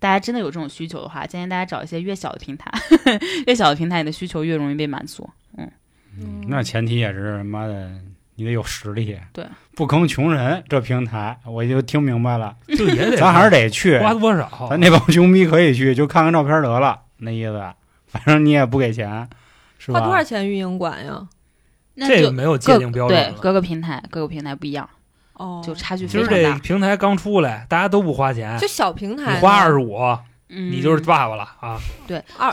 D: 大家真的有这种需求的话，建议大家找一些越小的平台， (laughs) 越小的平台你的需求越容易被满足。
C: 嗯
A: 那前提也是妈的，你得有实力。
D: 对，
A: 不坑穷人这平台，我就听明白了，
B: 就也得
A: 咱还是得去，
B: 花多少，
A: 咱那帮穷逼可以去，就看看照片得了，那意思。反正你也不给钱，是吧？
C: 花多少钱运营管呀？
D: 那
B: 这
D: 就
B: 个没有界
D: 各
B: 定标
D: 对
B: 准了。
D: 各个平台各个平台不一样，
C: 哦，
D: 就差距
B: 今儿
D: 非常
B: 这
D: 大。
B: 平台刚出来，大家都不花钱，
C: 就小平台
B: 你
C: 呢，
B: 花二十五，
D: 嗯，
B: 你就是爸爸了啊！
C: 二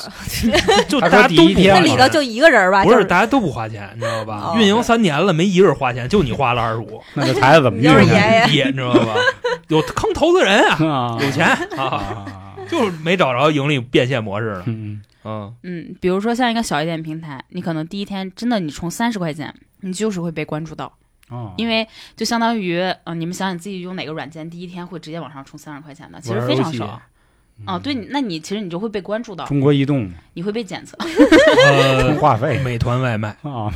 B: 就
A: 还
B: 大
A: 说
B: 家
A: 第
B: 都
A: 一
B: 不
A: 天
B: 花
A: 嘛
C: 那里
B: 钱
C: 头就一个人儿吧，
B: 不
C: 就是
B: 大家都不花钱，你知道吧
C: 哦？
B: 运营三年了，没一个人花钱，就你花了二十五，
A: 那这孩子怎么
C: 你就是
A: 运
B: 你
C: 爷爷
B: 你知道吧？ (laughs) 有坑投资人啊，
A: 啊？
B: 有钱啊， (laughs)
A: 啊，
B: 就是没找着盈利变现模式呢。
A: 嗯，
B: 嗯，
D: 嗯，比如说像一个小一点平台，你可能第一天真的你充三十块钱，你就是会被关注到，
A: 哦，
D: 因为就相当于，嗯、你们想想自己用哪个软件第一天会直接往上充三十块钱的，其实
B: 玩
D: 非
B: 游
D: 常
B: 戏嗯
D: 少。啊、对，你那你其实你就会被关注到，
A: 嗯中国移动
D: 你会被检测。
B: 啊
A: 充
B: 呃，
A: 话费
B: 美团外卖
A: 啊，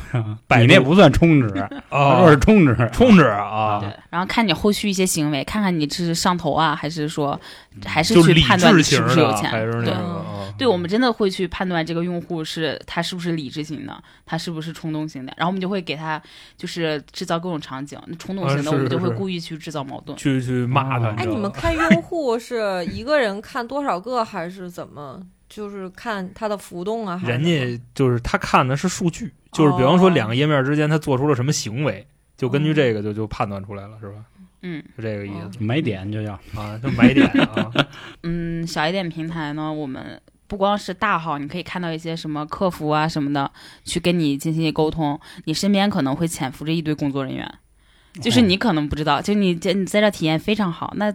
B: 百
A: 你
B: 度
A: 那不算充
B: (laughs)
A: 值， (laughs) 他
B: 啊
A: 说，是充值，
B: 充值啊，
D: 对，然后看你后续一些行为，看看你是上头啊，还是说还是
B: 嗯就
D: 去
B: 理
D: 判断
B: 智
D: 你
B: 型
D: 是不是有
B: 的，
D: 钱。
B: 还是那
D: 对嗯
B: 个，啊
D: 对，我们真的会去判断这个用户是他是不是理智型的，他是不是冲动型的，然后我们就会给他就是制造各种场景。那冲动
B: 啊
D: 型的，我
B: 是
D: 们就是会
B: 是
D: 故意去制造矛盾。
B: 去
A: 哦
B: 去骂他。
C: 哎，
B: 知道
C: 你们
B: 吧
C: 看用户是一个人看多少个，还是怎么？就是看它的浮动啊，还是
B: 人
C: 什么
B: 家就是他看的是数据，就是比
D: 哦
B: 方说两个页面之间他做出了什么行为，就根据这个就就判断出来了，是吧？
D: 嗯
B: 是这个意
C: 哦
B: 思
A: 买点就叫
D: 哦
B: 啊，就买点
D: (laughs)
B: 啊，
D: 嗯，小一点平台呢，我们不光是大号，你可以看到一些什么客服啊什么的，去跟你进行沟通。你身边可能会潜伏着一堆工作人员，
A: 嗯
D: 就是你可能不知道，就你这你在这体验非常好，那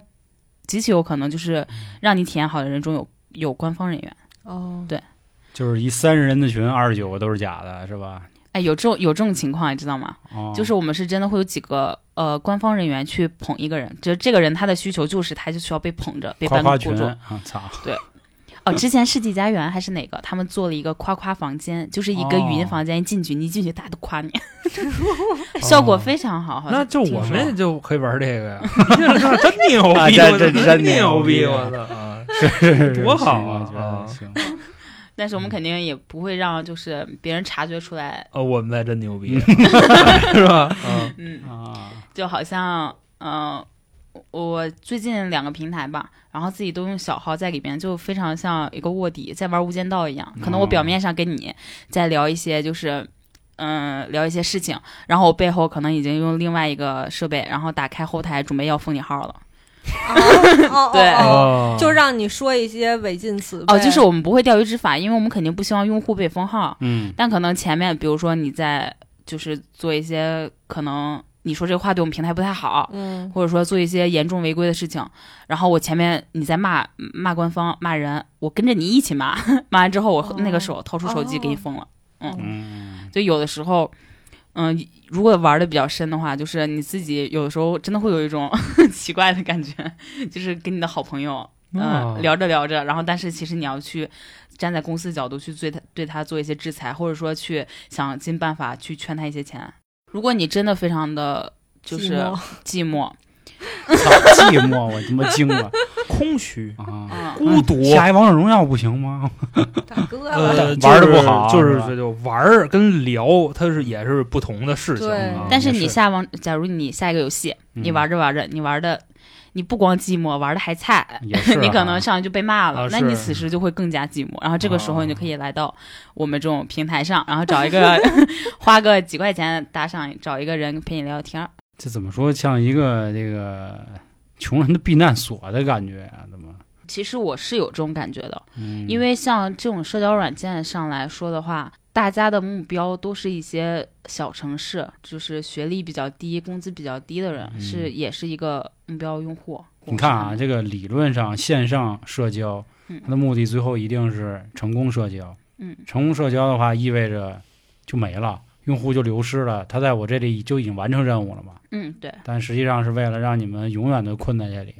D: 极其有可能就是让你体验好的人中有有官方人员。
C: 哦，
D: 对
A: 就是一三十人的群，二十九个都是假的，是吧？
D: 哎，有这种有这种情况，你知道吗？
A: 哦，
D: 就是我们是真的会有几个呃官方人员去捧一个人，就是这个人他的需求就是他就需要被捧着，被
A: 夸
D: 班
A: 夸
D: 固
A: 群
D: 住。
A: 啊，操，
D: 哦，之前世纪佳缘还是哪个，他们做了一个夸夸房间，就是一个语音
A: 哦
D: 房间，一进去你一进去大家都夸你，效果非常好。好像
B: 哦那就我
D: 听说
B: 们就可以玩这
D: (laughs)
B: 个呀，真牛
A: (laughs) 啊
B: 逼，
A: 这
B: 我
A: 这
B: 操
A: 真
B: 牛
A: 牛逼
B: 我操！啊
A: 是是是，
B: 多好
A: (laughs)
B: 啊
A: 我觉得行，
D: 但是我们肯定也不会让就是别人察觉出来，
B: 哦，我们才真
A: (laughs)
B: 牛逼，是吧？嗯
D: 嗯，
A: 啊，
D: 就好像嗯、呃我最近两个平台吧，然后自己都用小号在里边，就非常像一个卧底在玩《无间道》一样。可能我表面上跟你在聊一些就是。嗯，聊一些事情，然后我背后可能已经用另外一个设备，然后打开后台准备要封你号了。
C: 哦哦
D: 对
C: 哦
B: 哦
C: 哦，就让你说一些违禁词
D: 哦，
C: 呗
D: 就是我们不会钓鱼执法，因为我们肯定不希望用户被封号。
A: 嗯，
D: 但可能前面，比如说你在就是做一些可能你说这话对我们平台不太好，
C: 嗯
D: 或者说做一些严重违规的事情，然后我前面你在骂骂官方骂人，我跟着你一起骂，骂完之后我
C: 哦
D: 那个手掏出手机给你
C: 哦
D: 封了。
A: 嗯，
D: 就有的时候，嗯、如果玩的比较深的话，就是你自己有的时候真的会有一种 (laughs) 奇怪的感觉，就是跟你的好朋友。嗯、
B: 哦
D: 聊着聊着，然后但是其实你要去站在公司角度去对他对他做一些制裁，或者说去想尽办法去圈他一些钱。如果你真的非常的就是
C: 寂
D: (laughs)
C: 寞
D: 寂寞，
A: 操，寂寞，我他妈惊了
B: 空虚、
A: 啊！
D: 嗯，
B: 孤独。哦
A: 下一王者荣耀不行吗？
C: 大 (laughs) 哥啊了，
B: 呃，
A: 玩儿得不好
B: 就是
A: 是
B: 就
A: 吧
B: 是就玩儿跟聊，它是也是不同的事情
C: 对
B: 啊。
D: 但是你
B: 也
D: 下网，假如你下一个游戏， (laughs) 你
A: 嗯
D: 玩着玩着，你玩的你不光寂寞，玩的还菜，
A: 也是啊，
D: (laughs) 你可能上来就被骂
B: 嗯
D: 了，
B: 啊
D: 那
B: 是哦
D: 你此时就会更加寂寞。然后这个时候你就可以来到我们这种平台上，然后找一个 (laughs) 花个几块钱打赏，找一个人陪你聊天儿。
A: 这怎么说，像一个这个穷人的避难所的感觉啊？怎么？
D: 其实我是有这种感觉的，
A: 嗯
D: 因为像这种社交软件上来说的话，大家的目标都是一些小城市，就是学历比较低、工资比较低的人，
A: 嗯
D: 是也是一个目标用户。
A: 你看
D: 我
A: 啊，
D: 是
A: 这个理论上线上社交
D: 嗯，
A: 它的目的最后一定是成功社交。
D: 嗯
A: 成功社交的话，意味着就没了，用户就流失了，他在我这里就已经完成任务了嘛。
D: 嗯，对，
A: 但实际上是为了让你们永远的困在这里，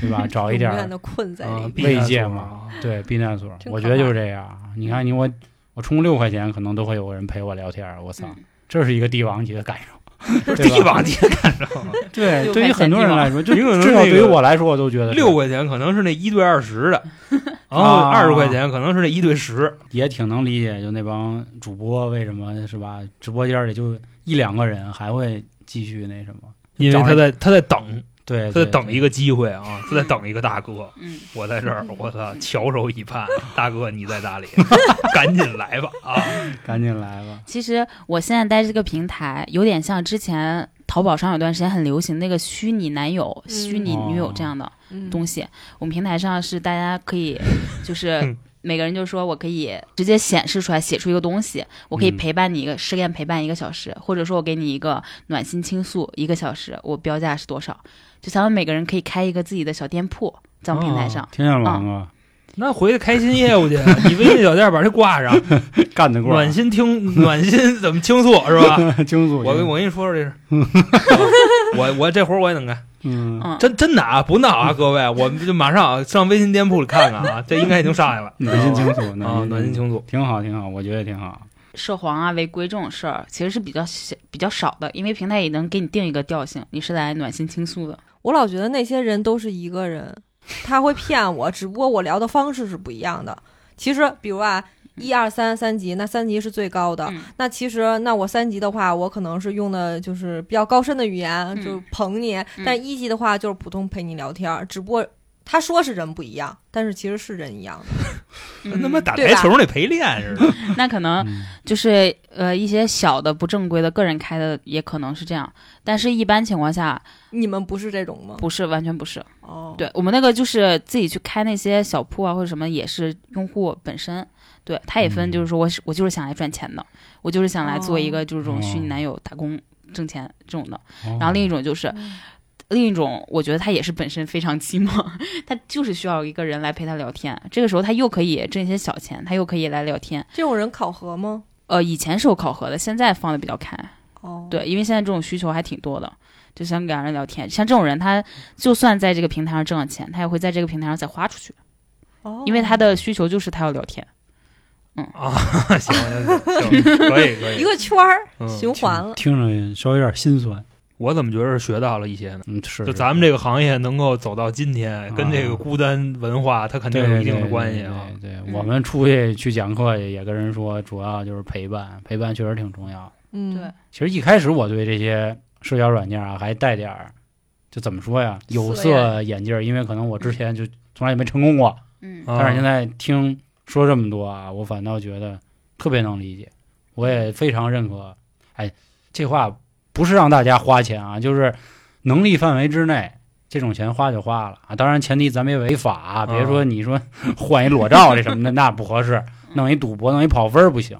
A: 对 (laughs) 吧？找一点
C: 永远
A: 儿
C: 的困在
B: 啊
C: 里
A: 避
C: 边。
A: 慰藉
B: 避难所
A: 嘛
B: 啊
A: 对避难所，
C: 真
A: 我
C: 可
A: 觉得
C: 怕
A: 就是这嗯样。啊你看你我我充六块钱，可能都会有个人陪我聊天儿。我操，
D: 嗯
A: 这是一个帝王级的感受。对吧
B: 地方你也感受，
A: (laughs) 对，
D: 六
A: 对于
D: 块
A: 很
D: 钱
A: 多
D: 帝
A: 人
D: 王
A: 来 (laughs) 说，就
B: 你可能
A: 至少
B: 那
A: 对于
B: 个
A: 我来说，我都觉得是
B: 六块钱可能是那一对二十的，然后
A: 啊
B: 二十块钱可能是那一对十。
A: 也挺能理解，就那帮主播为什么是吧？直播间里就一两个人还会继续那什么，
B: 因为他在他在等，
A: 对，
B: 他在等一
A: 个
B: 个机会啊， (laughs) 他在等一个大哥。
D: 嗯，
B: 我在这儿，我操，翘首以盼，大哥你在哪里？ (laughs) 赶紧来吧啊！
A: 赶紧来吧，
D: 其实我现在在这个平台有点像之前。淘宝上有段时间很流行那个虚拟男友、虚拟女友
A: 哦
D: 这样的
C: 嗯
D: 东西。我们平台上是大家可以，就是
B: 嗯
D: 每个人就说我可以直接显示出来，写出一个东西，我可以
A: 嗯
D: 陪伴你一个失恋陪伴一个小时，或者说我给你一个暖心倾诉一个小时，我标价是多少？就咱们每个人可以开一个自己的小店铺，在我们平台上。
A: 听见了吗？
B: 那回去开新业务去，你微信小店把这挂 (laughs) 上，
A: 干得过， (laughs)
B: 暖心听，暖心怎么倾诉是吧？
A: 清楚。
B: 我跟我跟你嗯说说这事，我我这活儿我也能干，
A: 嗯，
D: 嗯，
B: 真真的啊，不闹 (laughs) 啊，各位，我们就马上啊上微信店铺里看看啊，这应该已经上来了，
A: 暖心清楚，
B: 啊， (laughs) 暖心
A: 清楚，
B: 倾诉，
A: 挺好，挺好，我觉得挺好。
D: 涉黄啊、违规这种事儿其实是比较小、比较少的，因为平台也能给你定一个调性，你是来暖心倾诉的。
C: 我老觉得那些人都是一个人，他会骗我，只不过我聊的方式是不一样的。其实，比如啊，一二三三级，那三级是最高的。
D: 嗯
C: 那其实，那我三级的话，我可能是用的就是比较高深的语言，
D: 嗯
C: 就是捧你；但一级的话，就是普通陪你聊天儿。只不过他说是人不一样，但是其实是人一样的。
D: 嗯
B: 跟他妈打
C: 对
B: 台
C: 吧
B: 球那陪练似 (laughs) 的，
A: (laughs)
D: 那可能
A: 嗯
D: 就是呃一些小的不正规的个人开的也可能是这样，但是一般情况下
C: 你们不是这种吗？
D: 不是，完全不是。
C: 哦，，
D: 对我们那个就是自己去开那些小铺啊或者什么，也是用户本身，对他也分，
A: 嗯
D: 就是说我是我就是想来赚钱的，我就是想来做一个就是这种虚拟
A: 哦
D: 男友打工挣钱这种的。
A: 哦
D: 然后另一种就是另一种，我觉得他也是本身非常寂寞， (laughs) 他就是需要一个人来陪他聊天。这个时候他又可以挣一些小钱，他又可以来聊天。
C: 这种人考核吗？
D: 呃，以前是有考核的，现在放的比较开。
C: 哦，，
D: 对，因为现在这种需求还挺多的，就想两人聊天。像这种人，他就算在这个平台上挣了钱，他也会在这个平台上再花出去，
C: 哦，
D: 因为他的需求就是他要聊天。
B: 行行行，可以可
C: 一
B: 以，
C: 个圈儿
B: 嗯
C: 循环了。
A: 听着稍微有点心酸。
B: 我怎么觉得是学到了一些呢？
A: 嗯，是
B: 就啊咱们这个行业能够走到今天，跟这个孤单文化它肯定有一定的关系啊。。
A: 对对对对
D: 嗯
A: 对，我们出去去讲课也跟人说，主要就是陪伴，陪伴确实挺重要。
C: 嗯，
D: 对
A: 其实一开始我对这些社交软件啊，还带点儿，就怎么说呀，有
C: 色
A: 色眼镜儿，因为可能我之前就从来也没成功过，
D: 嗯
B: 啊
A: 但是现在听说这么多啊，我反倒觉得特别能理解，我也非常认可。哎，这话不是让大家花钱啊，就是能力范围之内，这种钱花就花了啊。当然前提咱别违法啊，别说你说换一裸照这什 (laughs) 么的，那不合适，弄一赌博，弄一跑分儿不行。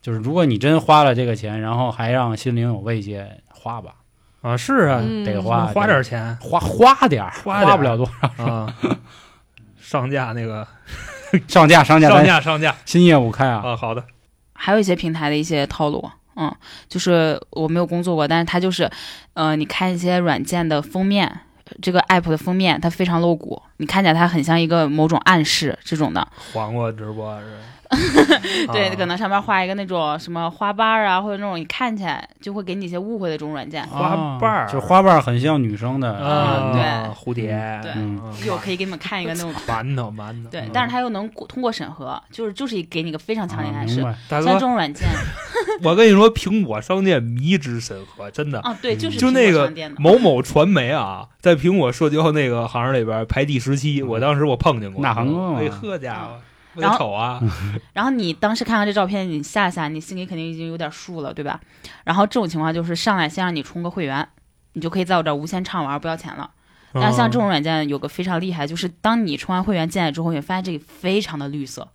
A: 就是如果你真花了这个钱，然后还让心灵有慰藉，花吧，
B: 啊，是啊，
C: 嗯
A: 得花
B: 花点钱
A: 花花点儿，花
B: 花点儿
A: 不了多。
B: 啊，上架那个
A: (laughs) 上架上架，
B: 上
A: 咱
B: 架上架
A: 新业务开啊，
B: 啊，好的，
D: 还有一些平台的一些套路，嗯，就是我没有工作过，但是它就是，呃，你看一些软件的封面，这个 app 的封面它非常露骨，你看起来它很像一个某种暗示这种的，
B: 黄瓜直播是，
D: (laughs) 对，
B: 啊
D: 可能上面画一个那种什么花瓣儿啊，或者那种你看起来就会给你一些误会的这种软件，
B: 花瓣儿
A: 啊就花瓣儿很像女生的
B: 啊，
A: 那个
D: 对
B: 蝴蝶，
D: 对
B: 嗯
D: 就我可以给你们看一个那种。
B: 馒头馒头，
D: 对
B: 嗯，
D: 但是它又能过通过审核，就是就是给你一个非常强烈的
A: 啊
D: 暗
A: 明
D: 示。
A: 白
B: 大
D: 像这
B: 哥，
D: 种软件
B: 我跟你说，苹果商店迷之审核，真的。
D: 啊，对，就是
B: 就
D: 苹
B: 那
D: 果
B: 个
D: 商店的
B: 某某传媒啊，在苹果社交那个行里边排第十七，我当时我碰见过，
A: 嗯那行啊
B: 哎，呵家伙，我得
D: 嗯然后
B: 瞅啊，
D: 然后你当时看到这照片，你下一下，你心里肯定已经有点数了，对吧？然后这种情况就是上来先让你充个会员，你就可以在我这儿无限畅玩，不要钱了。但是像
B: 嗯
D: 这种软件有个非常厉害，就是当你充完会员进来之后，你发现这里非常的绿色，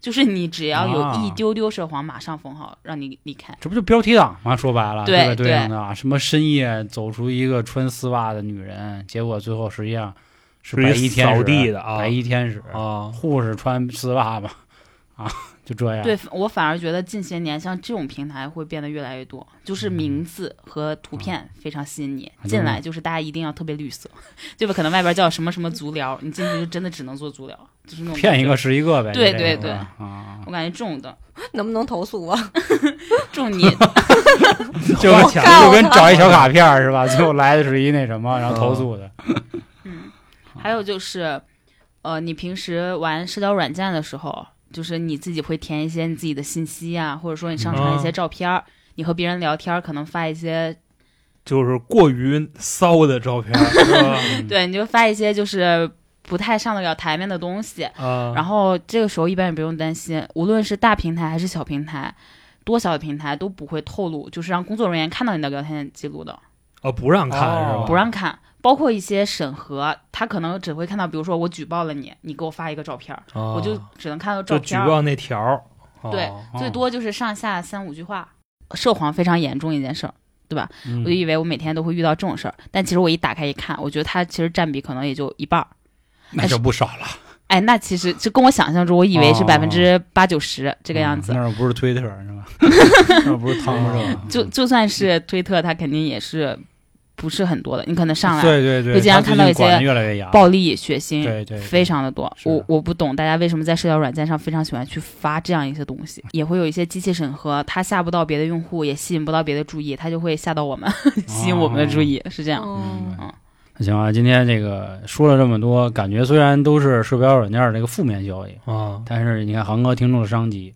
D: 就是你只要有一
A: 啊
D: 丢丢涉黄，马上封号，让你离开。
A: 这不就标题党吗？说白了，
D: 对
A: 吧？对
D: 对
A: 应的啊，什么深夜走出一个穿丝袜的女人，结果最后实际上是
B: 是一
A: 白衣天使，哎
B: 扫地的啊
A: 白衣天使， (laughs)
B: 啊，
A: 护士穿丝袜吧，啊，就这样。
D: 对我反而觉得近些年像这种平台会变得越来越多，就是名字和图片非常吸引你，
A: 嗯
D: 进来就是大家一定要特别绿色， (laughs) 对吧？可能外边叫什么什么足疗，你进去就真的只能做足疗，就是那种
A: 骗一
D: 感
A: 个
D: 觉。
A: 是一个呗，
D: 对
A: 就这
D: 对
A: 样
D: 对
A: 是吧啊，
D: 我感觉这种的，
C: 能不能投诉啊我？
D: 这
A: (laughs)
D: 种你
A: 就跟
C: 我告
A: 就跟
C: 他
A: 找一小卡片儿是吧？最后来的是一那什么，然后
B: 啊
A: 投诉的，
D: 嗯，还有就是，呃，你平时玩社交软件的时候，就是你自己会填一些你自己的信息啊，或者说你上传
A: 嗯
D: 一些照片儿，你和别人聊天儿可能发一些，
B: 就是过于骚的照
A: (laughs)
B: 片，是吧？
A: 嗯
D: 对，你就发一些就是不太上得了台面的东西。
B: 啊，
D: 然后这个时候一般也不用担心，无论是大平台还是小平台，多小的平台都不会透露，就是让工作人员看到你的聊天记录的。
B: 哦，不让看
A: 哦
B: 是吧？
D: 不让看，包括一些审核，他可能只会看到，比如说我举报了你，你给我发一个照片儿，
B: 哦，
D: 我就只能看到照
B: 就举
D: 片儿，
B: 报那条儿。哦
D: 对最多就是上下三五句话。涉黄非常严重一件事儿，
A: 嗯
D: 我就以为我每天都会遇到这种事儿，但其实我一打开一看，我觉得它其实占比可能也就一半儿。
A: 那就不少了，
D: 哎，那其实就跟我想象中，我以为是
A: 哦
D: 百分之八九十这
A: 这
D: 个样子。
A: 嗯那儿不是推特是
D: (laughs)
A: 吧？那儿不是汤姆热，
D: 就就算是推特，它肯定也是不是很多的，你可能上来
A: 对对对，
D: 就经常
A: 他最
D: 看到
A: 近
D: 一些
A: 管得越来越严，
D: 暴力、血腥，
A: 对对对
D: 非常的多。
A: 是的
D: 我我不懂大家为什么在社交软件上非常喜欢去发这样一些东西，
A: 嗯
D: 也会有一些机器审核，它下不到别的用户，也吸引不到别的注意，它就会吓到我们， (laughs) 吸引我们的注
A: 哦
D: 意，是这样。
A: 明
C: 嗯，
A: 白
D: 嗯
A: 那行啊，今天这个说了这么多，感觉虽然都是社交软件儿这个负面消息，
B: 啊
A: 但是你看航哥听出了商机，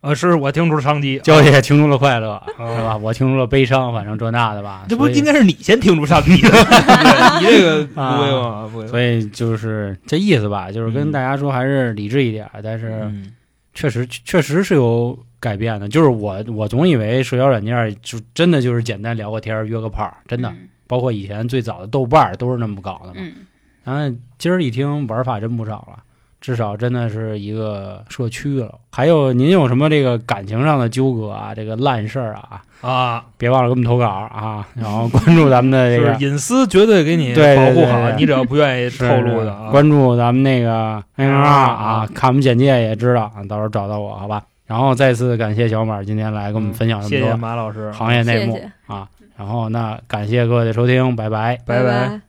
B: 啊，是我听出了商机，
A: 娇姐也听出了快乐，
B: 啊
A: 是吧？我听出了悲伤，反正这那的吧。
B: 这不
A: 所以
B: 应该是你先听出商机 (laughs) 的？对你这个不
A: 啊
B: 会吗？不会 (laughs) 吧。
A: 所以就是这意思吧，就是跟
B: 嗯
A: 大家说还是理智一点儿，但是
B: 嗯
A: 确实确实是有改变的。就是我我总以为社交软件儿就真的就是简单聊个天儿约个炮儿，真的，
D: 嗯
A: 包括以前最早的豆瓣儿都是那么搞的嘛。
D: 嗯，
A: 然后今儿一听玩法真不少了，至少真的是一个社区了。还有您有什么这个感情上的纠葛啊，这个烂事儿啊，
B: 啊，
A: 别忘了给我们投稿啊，然后关注咱们的
B: 就
A: 这个
B: (laughs) 是隐私绝对给你
A: 对对
B: 保护
A: 对
B: 好，
A: 对
B: 你只要不愿意
A: 是
B: 透露的啊。
A: 关注咱们那个 N R 啊
B: 啊，
A: 看我们简介也知道啊，到时候找到我好吧。然后再次感谢小马今天来跟我们分享这
B: 谢谢
A: 哎么
B: 马老师
A: 多，行业内幕
C: 谢谢
A: 啊。然后那感谢各位的收听，拜拜。
B: 拜
C: 拜。